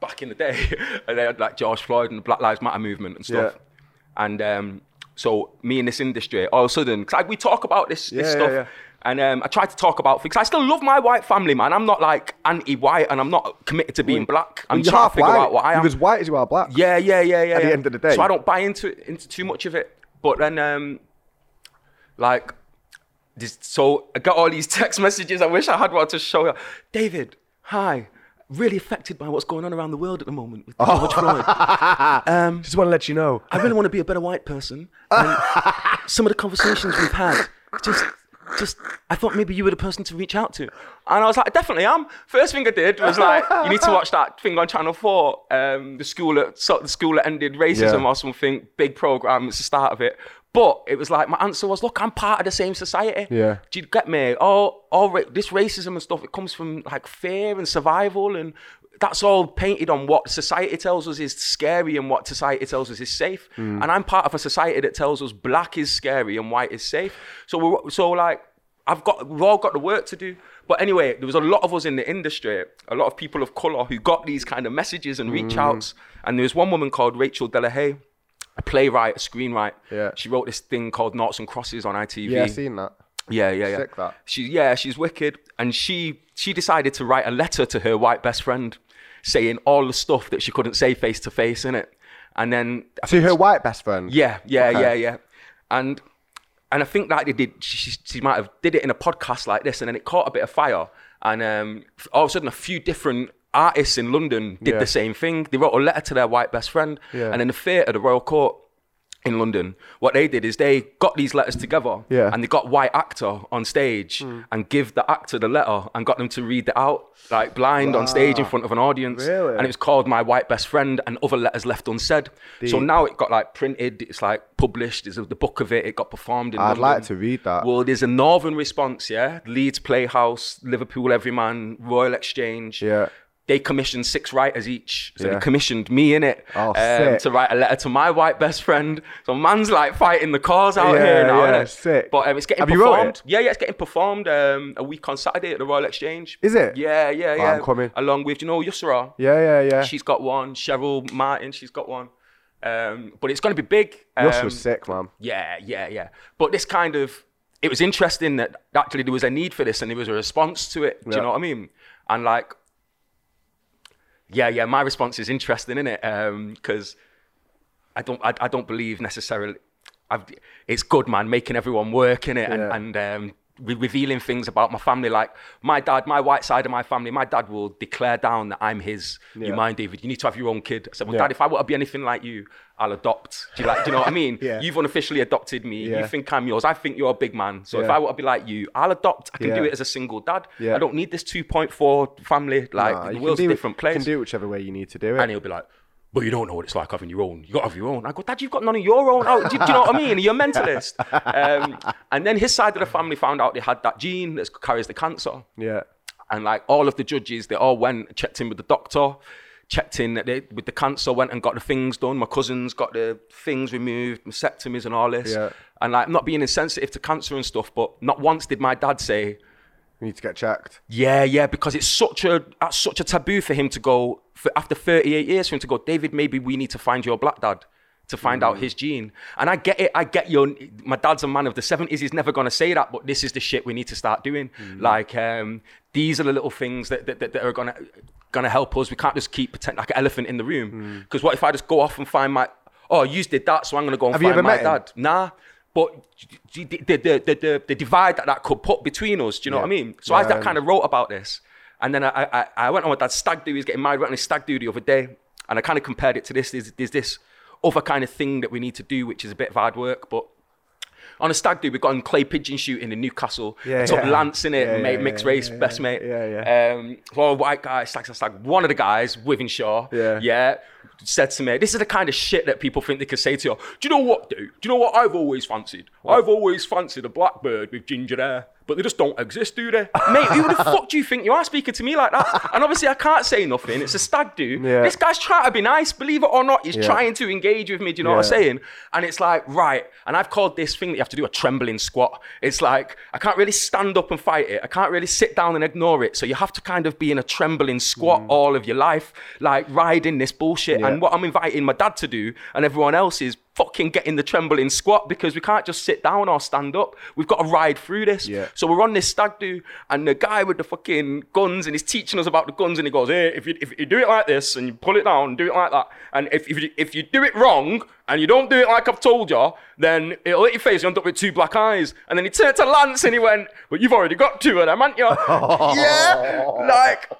A: back in the day, *laughs* and they had like George Floyd and the Black Lives Matter movement and stuff. And um, so me in this industry, all of a sudden, cause like, we talk about this,
B: Yeah,
A: this
B: yeah,
A: stuff.
B: yeah.
A: And um, I try to talk about things. I still love my white family, man. I'm not like anti-white, and I'm not committed to being black. I'm
B: You're
A: trying
B: half
A: to figure
B: white.
A: out what I am.
B: You're as white as you are black.
A: Yeah, yeah, yeah, yeah.
B: At the
A: yeah.
B: end of the day.
A: So I don't buy into into too much of it. But then, um, like, this, so I got all these *laughs* text messages. I wish I had one to show you. David, hi. Really affected by what's going on around the world at the moment
B: *laughs*
A: with George Floyd.
B: Just want to let you know. *laughs*
A: I really want to be a better white person. And some of the conversations we've had just just I thought maybe you were the person to reach out to. And I was like, I definitely am. First thing I did was
B: *laughs*
A: like, you need to watch that thing on Channel Four, um, the school that so, the school that ended racism
B: Yeah.
A: or something. Big program. It's the start of it. But it was like my answer was, look, I'm part of the same society.
B: Yeah.
A: Do you get me? All all ra- this racism and stuff. It comes from like fear and survival and. That's all painted on what society tells us is scary and what society tells us is safe. And I'm part of a society that tells us black is scary and white is safe. So we're so like I've got we've all got the work to do. But anyway, there was a lot of us in the industry, a lot of people of colour who got these kind of messages and reach outs. And there was one woman called Rachel Delahaye, a playwright, a screenwriter.
B: Yeah.
A: She wrote this thing called Noughts and Crosses on ITV.
B: Yeah, I seen that.
A: Yeah, yeah, yeah.
B: Sick, that.
A: She, yeah, she's wicked, and she she decided to write a letter to her white best friend, saying all the stuff that she couldn't say face to face in it. And then I
B: To her white best friend.
A: yeah, yeah,
B: Mm. Okay.
A: yeah, yeah. And and I think like they did. She, she- she might have did it in a podcast like this, and then it caught a bit of fire. And um, all of a sudden, a few different artists in London did
B: Yeah.
A: the same thing. They wrote a letter to their white best friend,
B: Yeah.
A: and in the theatre, the Royal Court in London, what they did is they got these letters together,
B: Yeah. Mm.
A: and they got white actor on stage and give the actor the letter and got them to read it out like blind on stage in front of an audience,
B: Really?
A: and it was called My White Best Friend and Other Letters Left Unsaid. So now it got like printed, it's like published, there's the book of it, it got performed in
B: I'd
A: London.
B: like to read that.
A: Well, there's a Northern response, yeah? Leeds Playhouse, Liverpool Everyman, Royal Exchange.
B: Yeah.
A: They commissioned six writers each. So
B: Yeah.
A: they commissioned me in it
B: Oh, sick.
A: to write a letter to my white best friend. So man's like fighting the cause out
B: Yeah,
A: here now.
B: yeah,
A: innit?
B: sick.
A: But um, it's getting
B: Have you wrote
A: performed.
B: it?
A: Yeah, yeah, it's getting performed um, a week on Saturday at the Royal Exchange.
B: Is it? Oh,
A: Yeah, yeah, yeah.
B: I'm coming.
A: Along with, you know, Yusra.
B: Yeah, yeah, yeah.
A: She's got one. Cheryl Martin, she's got one. Um, but it's going to be big.
B: Yours
A: Um,
B: was sick, man.
A: Yeah, yeah, yeah. But this kind of, it was interesting that actually there was a need for this and there was a response to it. Do
B: Yeah.
A: you know what I mean? And like, yeah, yeah, my response is interesting, isn't it? Because I don't, I, I don't believe necessarily. I've, it's good, man, making everyone work in it and,
B: Yeah.
A: and um, re- revealing things about my family. Like my dad, my white side of my family, my dad will declare down that I'm his.
B: Yeah.
A: You mind, David? You need to have your own kid. I said, well,
B: Yeah.
A: dad, if I want to be anything like you, I'll adopt. Do you like? Do you know what I mean?
B: *laughs* Yeah.
A: You've unofficially adopted me.
B: Yeah.
A: You think I'm yours. I think you're a big man. So if
B: Yeah.
A: I want to be like you, I'll adopt. I can do
B: Yeah.
A: it as a single dad.
B: Yeah.
A: I don't need this 2.4 family. Like
B: Nah, you
A: the
B: can
A: world's
B: do
A: a
B: it-
A: different place.
B: You can do it whichever way you need to do it.
A: And he'll be like, but you don't know what it's like having your own. You got to have your own. I go, Dad, you've got none of your own. Oh, do, do you know what I mean? You're a
B: *laughs*
A: mentalist. Um, and then his side of the family found out they had that gene that carries the cancer.
B: yeah.
A: And like all of the judges, they all went, checked in with the doctor, checked in that they, with the cancer, went and got the things done. My cousins got the things removed, mastectomies and all this.
B: Yeah.
A: And like, not being insensitive to cancer and stuff, but not once did my dad say,
B: You need to get checked.
A: yeah, yeah, because it's such a that's such a taboo for him to go for after 38 years for him to go, David, maybe we need to find your black dad to find
B: Mm.
A: out his gene. And I get it, I get your my dad's a man of the 70s, he's never gonna say that, but this is the shit we need to start doing.
B: Mm.
A: Like um, these are the little things that that, that, that are gonna gonna help us. We can't just keep pretend like an elephant in the room.
B: Mm.
A: Because what if I just go off and find my oh you did that, so I'm gonna go and
B: Have you
A: find
B: ever
A: my
B: met him?
A: dad. Nah. But the, the, the, the, the, the divide that that could put between us, do you know
B: Yeah.
A: what I mean? So I
B: Yeah, I
A: that kind of wrote about this. And then I, I, I went on with that stag do. He's getting married. Went on his stag do the other day. And I kind of compared it to this. There's, there's this other kind of thing that we need to do, which is a bit of hard work. But on a stag do, we've gone clay pigeon shooting in Newcastle.
B: Yeah,
A: I took
B: yeah.
A: Lance in it,
B: Yeah,
A: mate,
B: yeah,
A: mixed
B: yeah,
A: race,
B: yeah,
A: best mate.
B: yeah, yeah.
A: Um, well, white guy, stag, stag, stag. One of the guys, Withenshaw,
B: Yeah.
A: yeah, said to me, "This is the kind of shit that people think they can say to you. Do you know what, dude? Do you know what I've always fancied? I've always fancied a blackbird with ginger hair, but they just don't exist, do
B: *laughs*
A: they? Mate, who the fuck do you think you are speaking to me like that? And obviously, I can't say nothing. It's a stag do.
B: Yeah.
A: This guy's trying to be nice, believe it or not. He's
B: Yeah.
A: trying to engage with me. Do you know what I'm
B: Yeah.
A: saying? in, and it's like right and i've called this thing that you have to do a trembling squat it's like i can't really stand up and fight it i can't really sit down and ignore it so you have to kind of be in a trembling squat all of your life like riding this bullshit
B: Mm. Yeah.
A: and what i'm inviting my dad to do and everyone else is fucking getting the trembling squat because we can't just sit down or stand up we've got to ride through this
B: Yeah.
A: so we're on this stag do and the guy with the fucking guns and he's teaching us about the guns and he goes hey if you, if you do it like this and you pull it down do it like that and if, if, you, if you do it wrong and you don't do it like I've told you, then it'll hit your face. You end up with two black eyes. And then he turned to Lance and he went, "But you've already got two of them, haven't you?" yeah, like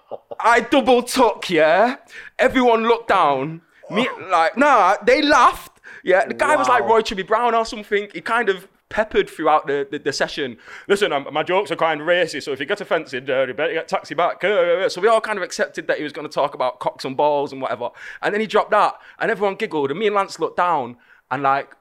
A: I double took. Yeah, everyone looked down. Me, like, nah, they laughed. Yeah, the guy was like
B: Wow.
A: Roy Chibby Brown or something. He kind of peppered throughout the, the, the session. Listen, um, my jokes are kind of racist, so if you get offended, uh, you better get taxi back. Uh, so we all kind of accepted that he was going to talk about cocks and balls and whatever. And then he dropped that, and everyone giggled, and me and Lance looked down, and like,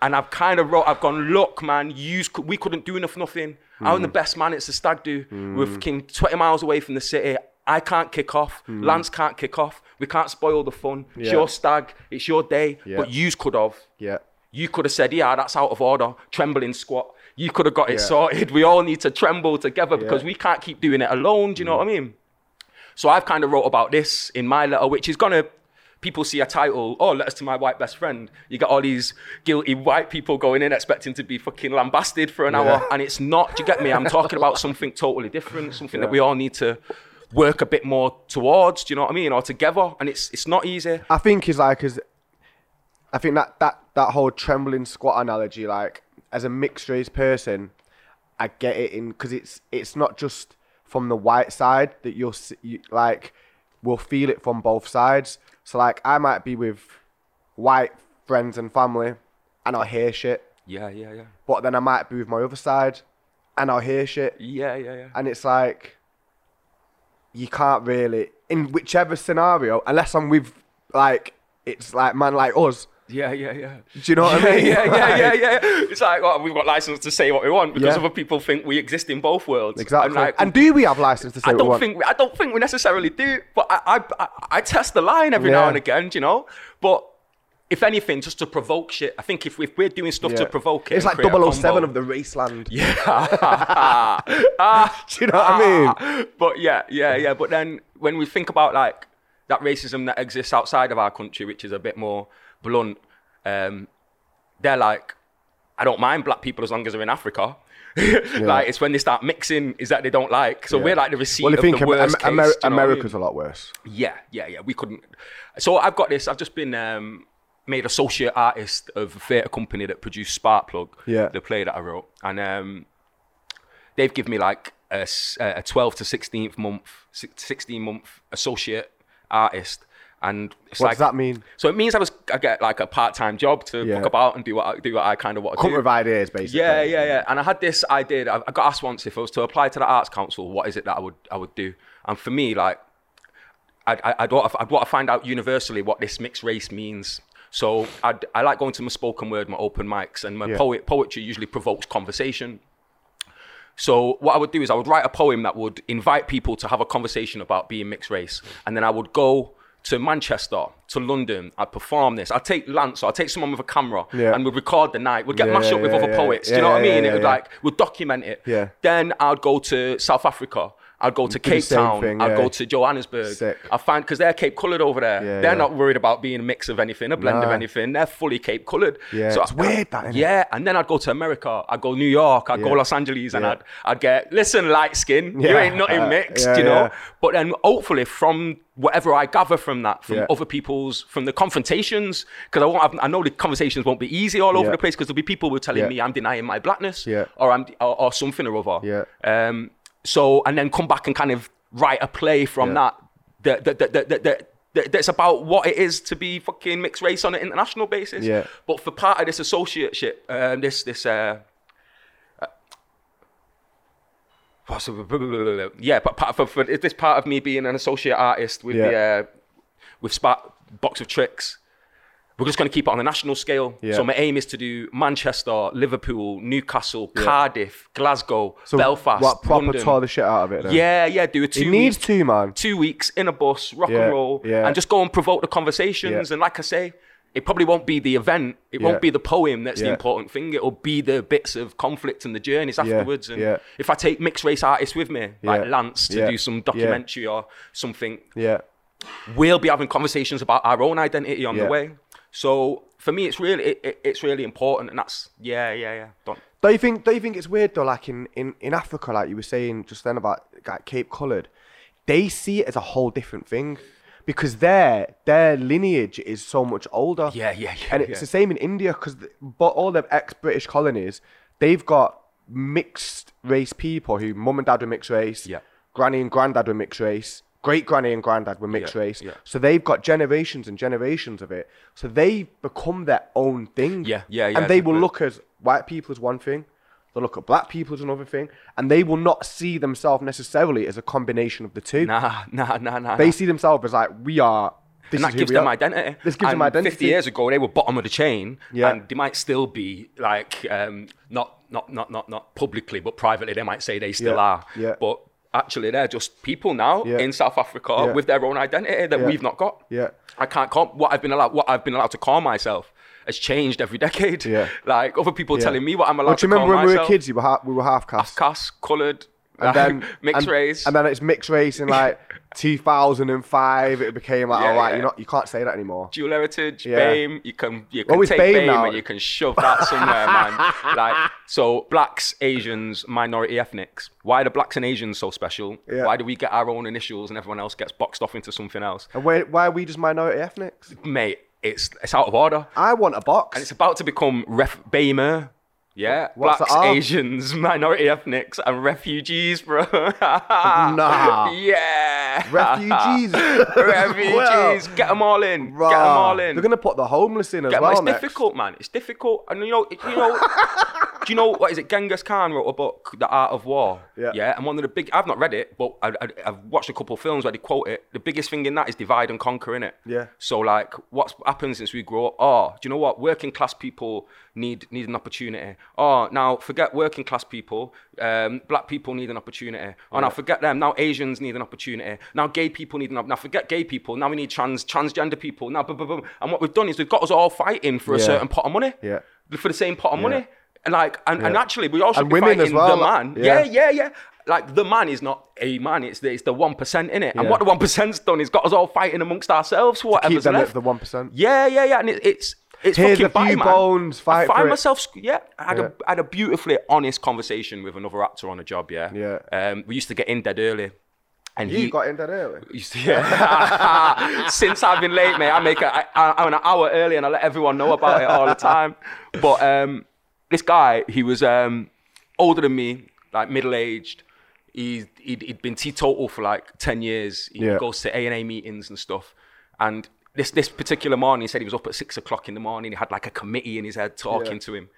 A: and I've kind of wrote, I've gone, look, man, yous, cou- we couldn't do enough nothing. I'm the best man, it's the stag do. We're fucking 20 miles away from the city. I can't kick off. Lance can't kick off. We can't spoil the fun. It's
B: Yeah.
A: your stag, it's your day, but yous could have.
B: Yeah.
A: You could have said, yeah, that's out of order, trembling squat. You could have got it sorted. We all need to tremble together because we can't keep doing it alone. Do you know what I mean? So I've kind of wrote about this in my letter, which is gonna people see a title, oh, letters to my white best friend. You get all these guilty white people going in expecting to be fucking lambasted for an hour, and it's not. Do you get me? I'm talking about something totally different, something that we all need to work a bit more towards. Do you know what I mean? Or together, and it's it's not easy.
B: I think is like as I think that that that whole trembling squat analogy, like as a mixed race person, I get it in because it's it's not just from the white side that you'll s- you, like will feel it from both sides. So like I might be with white friends and family, and I'll hear shit,
A: Yeah, yeah, yeah,
B: but then I might be with my other side, and I'll hear shit
A: yeah, yeah, yeah.
B: and it's like you can't really in whichever scenario unless I'm with like it's like man like us.
A: Yeah, yeah, yeah.
B: Do you know what I
A: *laughs*
B: mean?
A: Yeah, yeah,
B: Like,
A: yeah, yeah, yeah. It's like oh, we've got license to say what we want because
B: Yeah.
A: other people think we exist in both worlds.
B: Exactly.
A: And, like,
B: and do we have license to
A: I
B: say what
A: don't
B: we want?
A: think we, I don't think we necessarily do, but I I, I, I test the line every now
B: Yeah.
A: and again, do you know. But if anything, just to provoke shit. I think if, if we're doing stuff to
B: Yeah.
A: provoke it,
B: It's
A: and
B: like
A: create a
B: 007
A: combo-
B: of the Raceland.
A: *laughs* yeah. Ah,
B: *laughs* Do you know what I
A: mean? *laughs* But yeah, yeah, yeah. But then when we think about like that racism that exists outside of our country, which is a bit more blunt, um, they're like, I don't mind black people as long as they're in Africa. *laughs* like it's when they start mixing is that they don't like. So we're like the receipt
B: Well, I
A: of
B: think
A: the
B: Am-
A: worst
B: Am-
A: case, do
B: Ameri-
A: you know what I mean?
B: America's a lot worse.
A: Yeah, yeah, yeah. We couldn't. So I've got this. I've just been um, made associate artist of a theatre company that produced Sparkplug,
B: Yeah.
A: the play that I wrote, and um, they've given me like a, s- a 12 to 16th month, six- 16 month associate artist, and it's
B: What
A: like
B: does that mean?
A: So it means I was I get like a part time job to
B: Yeah.
A: book about and do what I, do what I kind of want to
B: Come
A: do.
B: with ideas, basically.
A: Yeah, yeah, yeah. And I had this idea. That I- I got asked once if I was to apply to the Arts Council, what is it that I would I would do? And for me, like, I'd, I- I'd, want to, I'd want to find out universally what this mixed race means. So I'd, I like going to my spoken word, my open mics, and my
B: Yeah.
A: poet poetry usually provokes conversation. So what I would do is I would write a poem that would invite people to have a conversation about being mixed race, and then I would go to Manchester, to London. I'd perform this. I'd take Lance, or I'd take someone with a camera,
B: Yeah.
A: and we'd record the night. We'd get
B: Yeah,
A: mashed
B: yeah,
A: up with
B: yeah,
A: other
B: yeah.
A: poets. Do
B: Yeah,
A: you know what I
B: yeah,
A: mean?
B: yeah,
A: it would
B: yeah.
A: like we'll document it.
B: Yeah.
A: Then I'd go to South Africa. I'd go to Cape
B: same
A: Town.
B: thing,
A: I'd
B: yeah.
A: go to Johannesburg.
B: Sick.
A: I find because they're Cape coloured over there.
B: Yeah,
A: they're
B: yeah.
A: not worried about being a mix of anything, a blend of
B: Nah.
A: anything. They're fully Cape coloured.
B: Yeah, it's weird that, innit?
A: Yeah, and then I'd go to America. I'd go New York. I'd go
B: Yeah.
A: Los Angeles, and
B: Yeah.
A: I'd I'd get listen light skin. You
B: Yeah.
A: ain't nothing
B: *laughs* Uh,
A: mixed,
B: yeah,
A: you know.
B: yeah.
A: But then hopefully from whatever I gather from that, from
B: Yeah.
A: other people's, from the confrontations, because I won't, have, I know the conversations won't be easy all over
B: Yeah.
A: the place because there'll be people who are telling
B: Yeah.
A: me I'm denying my blackness
B: Yeah.
A: or I'm or, or something or other.
B: Yeah.
A: Um, so and then come back and kind of write a play from
B: Yeah.
A: that that that that that. that, that that- that's about what it is to be fucking mixed race on an international basis.
B: Yeah.
A: But for part of this associateship, um, this this uh, What's the- blah, blah, blah, blah, blah. yeah, but part for, for is this part of me being an associate artist with the
B: Yeah.
A: uh, with Spark Box of Tricks. We're just going to keep it on the national scale.
B: Yeah.
A: So my aim is to do Manchester, Liverpool, Newcastle, Cardiff, Glasgow,
B: So
A: Belfast,
B: What proper
A: London.
B: tore the shit out of it then?
A: yeah, yeah, do a two
B: It needs
A: week-
B: to, man.
A: two weeks in a bus, rock
B: Yeah,
A: and roll,
B: yeah.
A: and just go and provoke the conversations.
B: Yeah.
A: And like I say, it probably won't be the event, it
B: Yeah.
A: won't be the poem that's the
B: Yeah.
A: important thing. It'll be the bits of conflict and the journeys afterwards. And
B: yeah.
A: if I take mixed race artists with me, like
B: Yeah,
A: Lance, to
B: yeah,
A: do some
B: yeah.
A: documentary or something,
B: Yeah.
A: we'll be having conversations about our own identity on
B: Yeah.
A: the way. So for me, it's really it, it, it's really important, and that's yeah, yeah, yeah. Don't,
B: Don't you think? Don't you think it's weird though? Like in in in Africa, like you were saying just then about like Cape Coloured, they see it as a whole different thing because their their lineage is so much older.
A: Yeah, yeah, yeah,
B: And it's
A: yeah.
B: the same in India because but all the ex British colonies, they've got mixed race people who mum and dad were mixed race.
A: Yeah.
B: Granny and granddad were mixed race. great granny and granddad were mixed
A: Yeah,
B: race.
A: yeah.
B: So they've got generations and generations of it. So they become their own thing.
A: Yeah, yeah, yeah,
B: And they will
A: completely.
B: look as white people as one thing. They'll look at black people as another thing. And they will not see themselves necessarily as a combination of the two.
A: Nah, nah, nah, nah.
B: They
A: nah.
B: see themselves as like, we are.
A: and
B: This is
A: that
B: who
A: gives
B: we
A: them
B: are.
A: identity.
B: This gives them
A: And
B: identity.
A: 50 years ago, they were bottom of the chain,
B: Yeah.
A: and they might still be like um, not not not not not publicly, but privately, they might say they still
B: Yeah,
A: are.
B: yeah.
A: But actually, they're just people now
B: Yeah.
A: in South Africa
B: Yeah.
A: with their own identity that
B: Yeah.
A: we've not got.
B: Yeah.
A: I can't call what I've been allowed. What I've been allowed to call myself has changed every *laughs* decade.
B: Yeah.
A: Like other people
B: Yeah.
A: telling me what I'm allowed
B: Well, do
A: to
B: you remember
A: call
B: when we were
A: myself.
B: kids? You were half, we were half
A: *laughs*
B: caste.
A: Cast, coloured,
B: and then
A: *laughs* mixed
B: and,
A: race.
B: and then it's mixed race in like
A: *laughs*
B: 2005. It became like,
A: Yeah,
B: all right,
A: yeah.
B: you're not, you can't say that anymore.
A: dual heritage,
B: Yeah.
A: BAME. You can you can
B: Well, it's
A: take
B: BAME
A: BAME,
B: now.
A: and you can shove that somewhere,
B: *laughs*
A: man. Like so, blacks, Asians, minority ethnics. Why are the blacks and Asians so special?
B: Yeah.
A: Why do we get our own initials and everyone else gets boxed off into something else?
B: And why, why are we just minority ethnics?
A: Mate, it's it's out of order.
B: I want a box.
A: And it's *laughs* about to become ref BAMER. Yeah,
B: What's
A: blacks,
B: that of?
A: Asians, *laughs* minority ethnics, and refugees, bro. *laughs*
B: Nah.
A: Yeah.
B: Refugees.
A: *laughs* Refugees.
B: Well, *laughs*
A: get them all in.
B: Bruh,
A: Get them all in.
B: They're gonna put the homeless in as
A: Yeah, man,
B: well.
A: it's
B: next.
A: difficult, man. It's difficult, and you know, it- you know, do you know what is it? Genghis Khan wrote a book, The Art of War.
B: Yeah.
A: yeah. And one of the big, I've not read it, but I, I, I've watched a couple of films where they quote it. The biggest thing in that is divide and conquer, in it.
B: Yeah.
A: So like, what's happened since we grew up? Oh, do you know what? Working class people need need an opportunity. Oh, now forget working class people. Um, black people need an opportunity. Oh, now forget them. Now Asians need an opportunity. Now gay people need an opportunity. Now forget gay people. Now we need trans transgender people. Now, blah, blah, blah. and what we've done is we've got us all fighting for a
B: Yeah.
A: certain pot of money.
B: Yeah.
A: For the same pot of money. And like, and, and
B: Yeah.
A: actually, we also
B: And
A: be
B: women as
A: fighting the
B: well, like-
A: man.
B: yeah.
A: yeah, yeah, yeah. Like the man is not a man. It's the, it's the one percent in it, and
B: Yeah.
A: what the one percent's done is got us all fighting amongst ourselves for
B: Keep
A: whatever's
B: them
A: left.
B: at the one percent.
A: yeah, yeah, yeah, and it, it's it's
B: Here's
A: fucking
B: a few
A: bite, man.
B: bones,
A: I
B: fight for
A: find
B: it.
A: myself. sc- Yeah, I had,
B: Yeah.
A: A, I had a beautifully honest conversation with another actor on a job. Yeah,
B: Yeah.
A: Um, we used to get in dead early, and
B: You
A: he
B: got in there early.
A: Used to- yeah. *laughs* Since I've been late, mate, I make a, I, I'm an hour early and I let everyone know about it all the time. But um, this guy, he was um, older than me, like middle aged. He, he'd, he'd been teetotal for like 10 years. He
B: Yeah.
A: goes to A&A meetings and stuff. And this, this particular morning, he said he was up at six o'clock in the morning. He had like a committee in his head talking to him.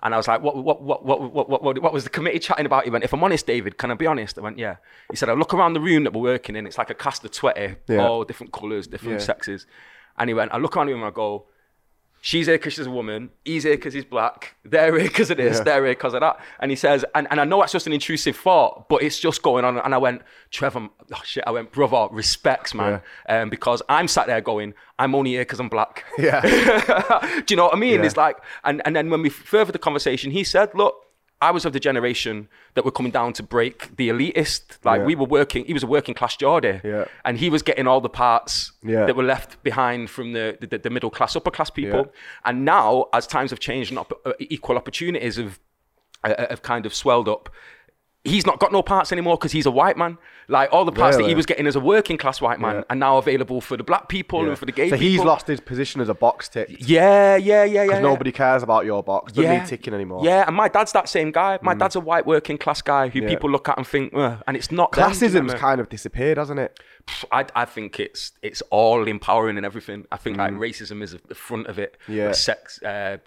A: And I was like, what, what, what, what, what, what, what, what was the committee chatting about? He went, if I'm honest, David, can I be honest? I went, yeah. He said, I look around the room that we're working in. It's like a cast of 20,
B: Yeah.
A: all different colours, different
B: Yeah.
A: sexes. And he went, I look around the room and I go, she's here because she's a woman. He's here because he's black. They're here because of this.
B: Yeah.
A: They're here because of that. And he says, and, and I know that's just an intrusive thought, but it's just going on. And I went, Trevor, oh shit. I went, brother, respects, man. Um, because I'm sat there going, I'm only here because I'm black.
B: Yeah.
A: *laughs* Do you know what I mean?
B: Yeah.
A: It's like, and, and then when we further the conversation, he said, look, I was of the generation that were coming down to break the elitist. Like
B: Yeah.
A: we were working, he was a working class Geordie.
B: Yeah.
A: And he was getting all the parts
B: Yeah.
A: that were left behind from the, the, the middle class, upper class people.
B: Yeah.
A: And now, as times have changed and op- uh, equal opportunities have, uh, have kind of swelled up, he's not got no parts anymore because he's a white man. Like all the parts that
B: Really?
A: he was getting as a working class white man
B: Yeah.
A: are now available for the black people and for the gay
B: so
A: people.
B: he's lost his position as a box tick because
A: Yeah, yeah, yeah, yeah. yeah.
B: nobody cares about your box. Doesn't need ticking anymore. Mm.
A: Yeah, and my dad's that same guy. My dad's a white working class guy who
B: Yeah.
A: people look at and think, "Ugh," and it's not them, do you know
B: Classism's
A: what I mean?
B: kind of disappeared, hasn't it?
A: Pff, I, I think it's it's all empowering and everything. I think like racism is the front of it.
B: Mm. Yeah.
A: sex, uh,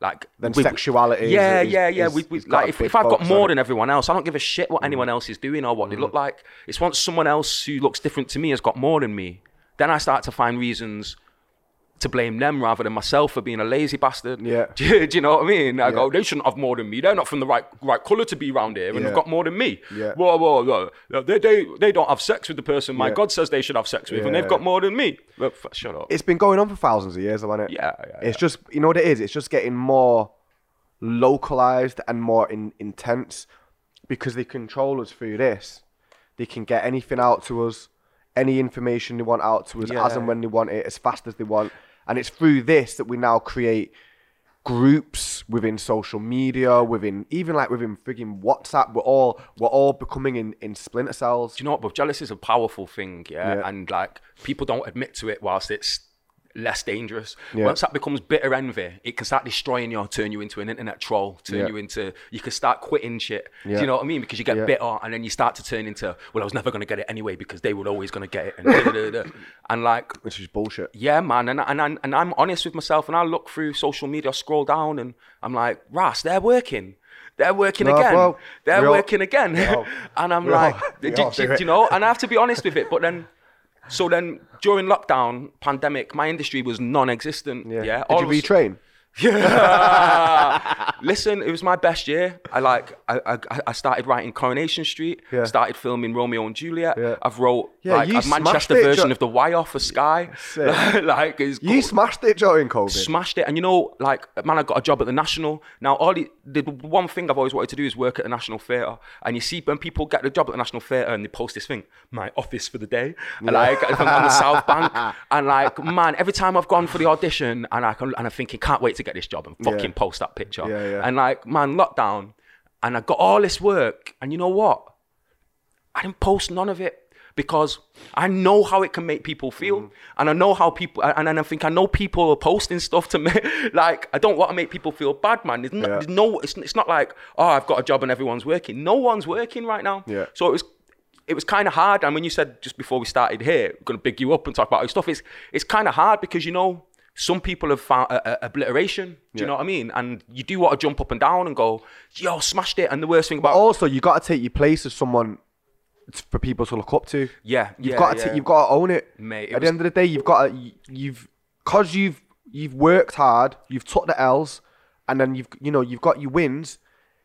A: like
B: Then sexuality is-
A: Yeah,
B: is-
A: yeah, yeah.
B: is-
A: we, we,
B: has got
A: like
B: a
A: if,
B: big
A: if I've got
B: focus on
A: more
B: it. Mm.
A: than everyone else, I don't give a shit what anyone else is doing or what they look like. It's once someone else who looks different to me has got more than me, then I start to find reasons to blame them rather than myself for being a lazy bastard.
B: Yeah.
A: *laughs* Do, you- do you know what I mean? I go, they shouldn't have more than me. They're not from the right right colour to be round here, and
B: Yeah.
A: they've got more than me.
B: Yeah.
A: Whoa, whoa, whoa. No, They, they, they don't have sex with the person my
B: Yeah.
A: God says they should have sex with, and
B: Yeah.
A: they've got more than me. Well, f- shut up.
B: It's been going on for thousands of years, hasn't it?
A: Yeah, yeah,
B: It's just you know what it is. It's just getting more localized and more in, intense because they control us through this. They can get anything out to us, any information they want out to us, as and
A: Yeah.
B: when they want it, as fast as they want. And it's through this that we now create groups within social media, within even like within frigging WhatsApp. We're all we're all becoming in, in splinter cells.
A: do you know what, bro? Jealousy is a powerful thing, yeah?
B: Yeah.
A: And like people don't admit to it whilst it's less dangerous.
B: Yeah.
A: Once that becomes bitter envy, it can start destroying you, turn you into an internet troll, turn
B: Yeah.
A: you into you can start quitting shit. Do
B: Yeah.
A: you know what I mean? Because you get
B: Yeah.
A: bitter and then you start to turn into, well, I was never gonna get it anyway because they were always gonna get it and da, da, da, da. and like
B: which is bullshit.
A: yeah, man, and and and, and I'm honest with myself, and I look through social media, I scroll down, and I'm like, Ras, they're working, they're working
B: No,
A: again,
B: bro,
A: they're
B: we all-
A: working
B: *laughs*
A: again,
B: all-
A: *laughs* and I'm
B: we all-
A: like,
B: *laughs* we
A: do, do-
B: all do
A: do
B: it.
A: you know? And I have to be honest with it, but then. So then, during lockdown, pandemic, my industry was non-existent. Yeah,
B: Did
A: All
B: you
A: of a su-
B: retrain?
A: Listen, it was my best year. I like, I, I, I started writing Coronation Street.
B: Yeah.
A: Started filming Romeo and Juliet.
B: Yeah.
A: I've wrote
B: Yeah,
A: like
B: you
A: a
B: smashed
A: Manchester
B: it,
A: version
B: Jo-
A: of The Wire for Sky.
B: Sick.
A: *laughs* like, it's
B: You
A: cool
B: smashed it during COVID.
A: smashed it. And you know, like, man, I got a job at the National. Now, all the, the one thing I've always wanted to do is work at the National Theatre. And you see, when people get the job at the National Theatre and they post this thing, my office for the day, and, like if I'm on the
B: *laughs*
A: South Bank, and like, man, every time I've gone for the audition, and I can, and I'm thinking, can't wait to get this job and fucking post that picture.
B: Yeah, yeah.
A: And like, man, lockdown, and I got all this work, and you know what? I didn't post none of it because I know how it can make people feel,
B: Mm.
A: and I know how people, and, and I think I know people are posting stuff to me. *laughs* like I don't want to make people feel bad, man. There's no,
B: Yeah.
A: there's no it's, it's not like oh I've got a job and everyone's working. No one's working right now.
B: Yeah.
A: So it was. It was kind of hard, and when you said just before we started here, we're gonna big you up and talk about your stuff. It's it's kind of hard because you know some people have found uh, uh, obliteration. Do you know what I mean? And you do want to jump up and down and go, "Yo, smashed it!" And the worst thing about
B: also, you got to take your place as someone t- for people to look up to.
A: yeah,
B: You've
A: yeah,
B: got to
A: yeah.
B: t- you've got to own it.
A: Mate, it
B: At the
A: was-
B: end of the day, you've got to, you've cuz you've you've worked hard, you've took the L's and then you've you know, you've got your wins.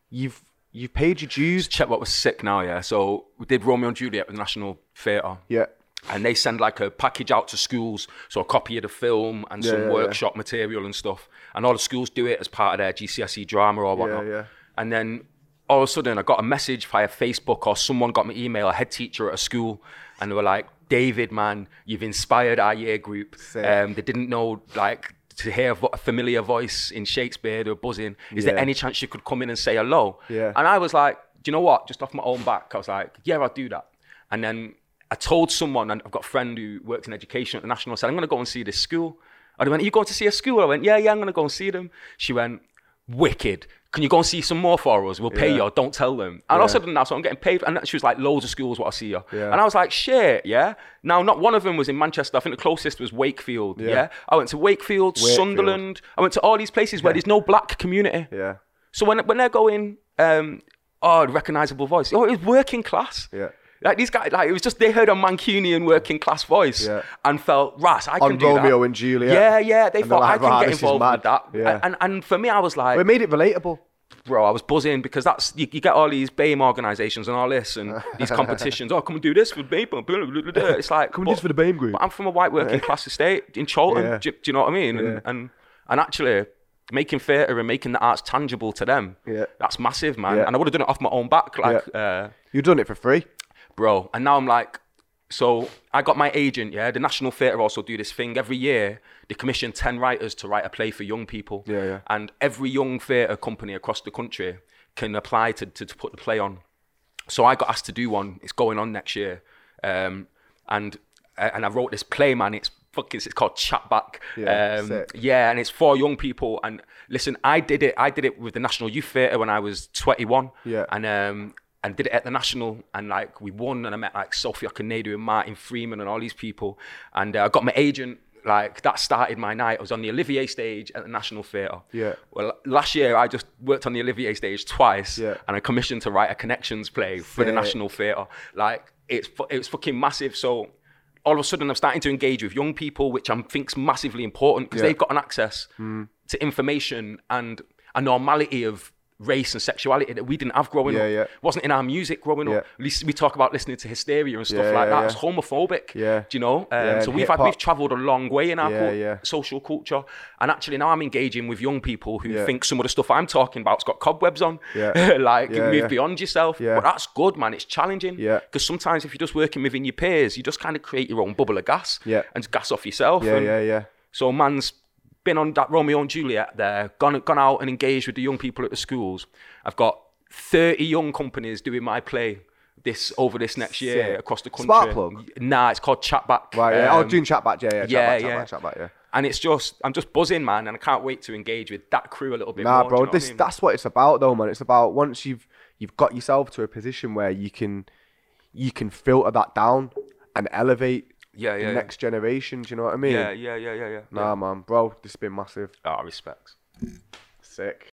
B: You've you've paid your dues.
A: check what was sick now, yeah. So we did Romeo and Juliet with the National Theatre.
B: Yeah.
A: And they send like a package out to schools, so a copy of the film and some
B: yeah, yeah.
A: workshop material and stuff. And all the schools do it as part of their GCSE E drama or whatnot.
B: yeah.
A: And then all of a sudden, I got a message via Facebook or someone got me email, a head teacher at a school, and they were like, "David, man, you've inspired our year group."
B: Sick.
A: Um, they didn't know like to hear a vo- a familiar voice in Shakespeare, they were buzzing. Is there
B: Yeah.
A: any chance you could come in and say hello?
B: Yeah.
A: And I was like, do you know what? Just off my own back, I was like, yeah, I'll do that. And then I told someone, and I've got a friend who works in education at the National, I said, I'm going to go and see this school. And I went, are you going to see a school? I went, yeah, yeah, I'm going to go and see them. She went, wicked. Can you go and see some more for us? We'll pay
B: Yeah.
A: you. Don't tell them. And also done that, so I'm getting paid. And she was like, loads of schools want to see you.
B: Yeah.
A: And I was like, shit, yeah. Now, not one of them was in Manchester. I think the closest was Wakefield. Yeah. I went to Wakefield,
B: Wakefield.
A: Sunderland. I went to all these places where there's no black community.
B: Yeah.
A: So when when they're going, um, oh, recognizable voice. Oh, it was working class.
B: Yeah.
A: Like these guys, like it was just they heard a Mancunian working class voice
B: Yeah.
A: and felt, Ras, I can
B: On
A: do
B: Romeo
A: that.
B: and Juliet.
A: Yeah, yeah. They
B: And they're
A: thought
B: like,
A: I can
B: "Rah,
A: get
B: this is
A: involved with
B: mad."
A: that.
B: Yeah.
A: And, and for me, I was like,
B: It made it relatable.
A: bro, I was buzzing because that's you, you get all these BAME organisations and all this
B: *laughs*
A: and these competitions. oh, come and do this with me. blah, blah, blah, blah, blah. It's like come
B: and do this for the BAME group.
A: But I'm from a white working class estate in Cholton.
B: Yeah.
A: Do, do you know what I mean?
B: Yeah.
A: And, and and actually making theatre and making the arts tangible to them.
B: Yeah.
A: that's massive, man.
B: Yeah.
A: And I would have done it off my own back, like. Uh,
B: You've done it for free.
A: bro. And now I'm like, so I got my agent, yeah. The National Theatre also do this thing every year. They commission ten writers to write a play for young people.
B: Yeah, yeah.
A: And every young theatre company across the country can apply to, to to put the play on. So I got asked to do one. It's going on next year, um, and and I wrote this play, man. It's fucking. It's called Chatback.
B: Yeah,
A: um,
B: sick.
A: yeah, and it's for young people. And listen, I did it. I did it with the National Youth Theatre when I was 21.
B: Yeah.
A: And um, and did it at the National, and like we won, and I met like Sophia Canado and Martin Freeman and all these people, and uh, I got my agent. Like that started my night. I was on the Olivier stage at the National Theatre.
B: Yeah.
A: Well, last year I just worked on the Olivier stage twice,
B: Yeah.
A: and I commissioned to write a connections play for the
B: Sick.
A: National Theatre. Like it's fu- it's fucking massive. So all of a sudden I'm starting to engage with young people, which I think's massively important because
B: Yeah. Hmm.
A: they've got an access to information and a normality of race and sexuality that we didn't have growing
B: Yeah,
A: up.
B: yeah.
A: Wasn't in our music growing
B: Yeah.
A: up. At least we talk about listening to hysteria and stuff
B: Yeah,
A: like that.
B: yeah, yeah.
A: It's homophobic.
B: Yeah.
A: Do you know? Um,
B: Yeah,
A: so
B: and
A: we've had
B: hip-hop.
A: we've travelled a long way in our
B: Yeah,
A: cult-
B: yeah.
A: social culture. And actually now I'm engaging with young people who
B: Yeah.
A: think some of the stuff I'm talking about's got cobwebs on.
B: Yeah.
A: *laughs* like
B: Yeah,
A: move
B: yeah.
A: beyond yourself.
B: Yeah.
A: But that's good, man. It's challenging.
B: Yeah.
A: Because sometimes if you're just working within your peers, you just kind of create your own bubble of gas
B: Yeah.
A: and gas off yourself.
B: Yeah,
A: and
B: yeah, yeah.
A: so man's been on that Romeo and Juliet there, gone gone out and engaged with the young people at the schools. I've got 30 young companies doing my play this over this next year
B: Sick.
A: across the country.
B: Spark plug?
A: Nah, it's called Chatback.
B: Right, yeah. oh,
A: Um,
B: doing chat back, yeah, yeah. Chat
A: yeah,
B: back, chat
A: yeah.
B: back, chat back, yeah.
A: And it's just, I'm just buzzing, man, and I can't wait to engage with that crew a little bit
B: Nah,
A: more. do
B: bro.
A: you know what I
B: this
A: mean?
B: that's what it's about, though, man. It's about once you've you've got yourself to a position where you can you can filter that down and elevate
A: Yeah, yeah,
B: the
A: yeah.
B: next generation. Do you know what I mean?
A: yeah, yeah, yeah, yeah, yeah.
B: Nah, man, bro. This has been massive.
A: yeah. Oh, respects.
B: Sick.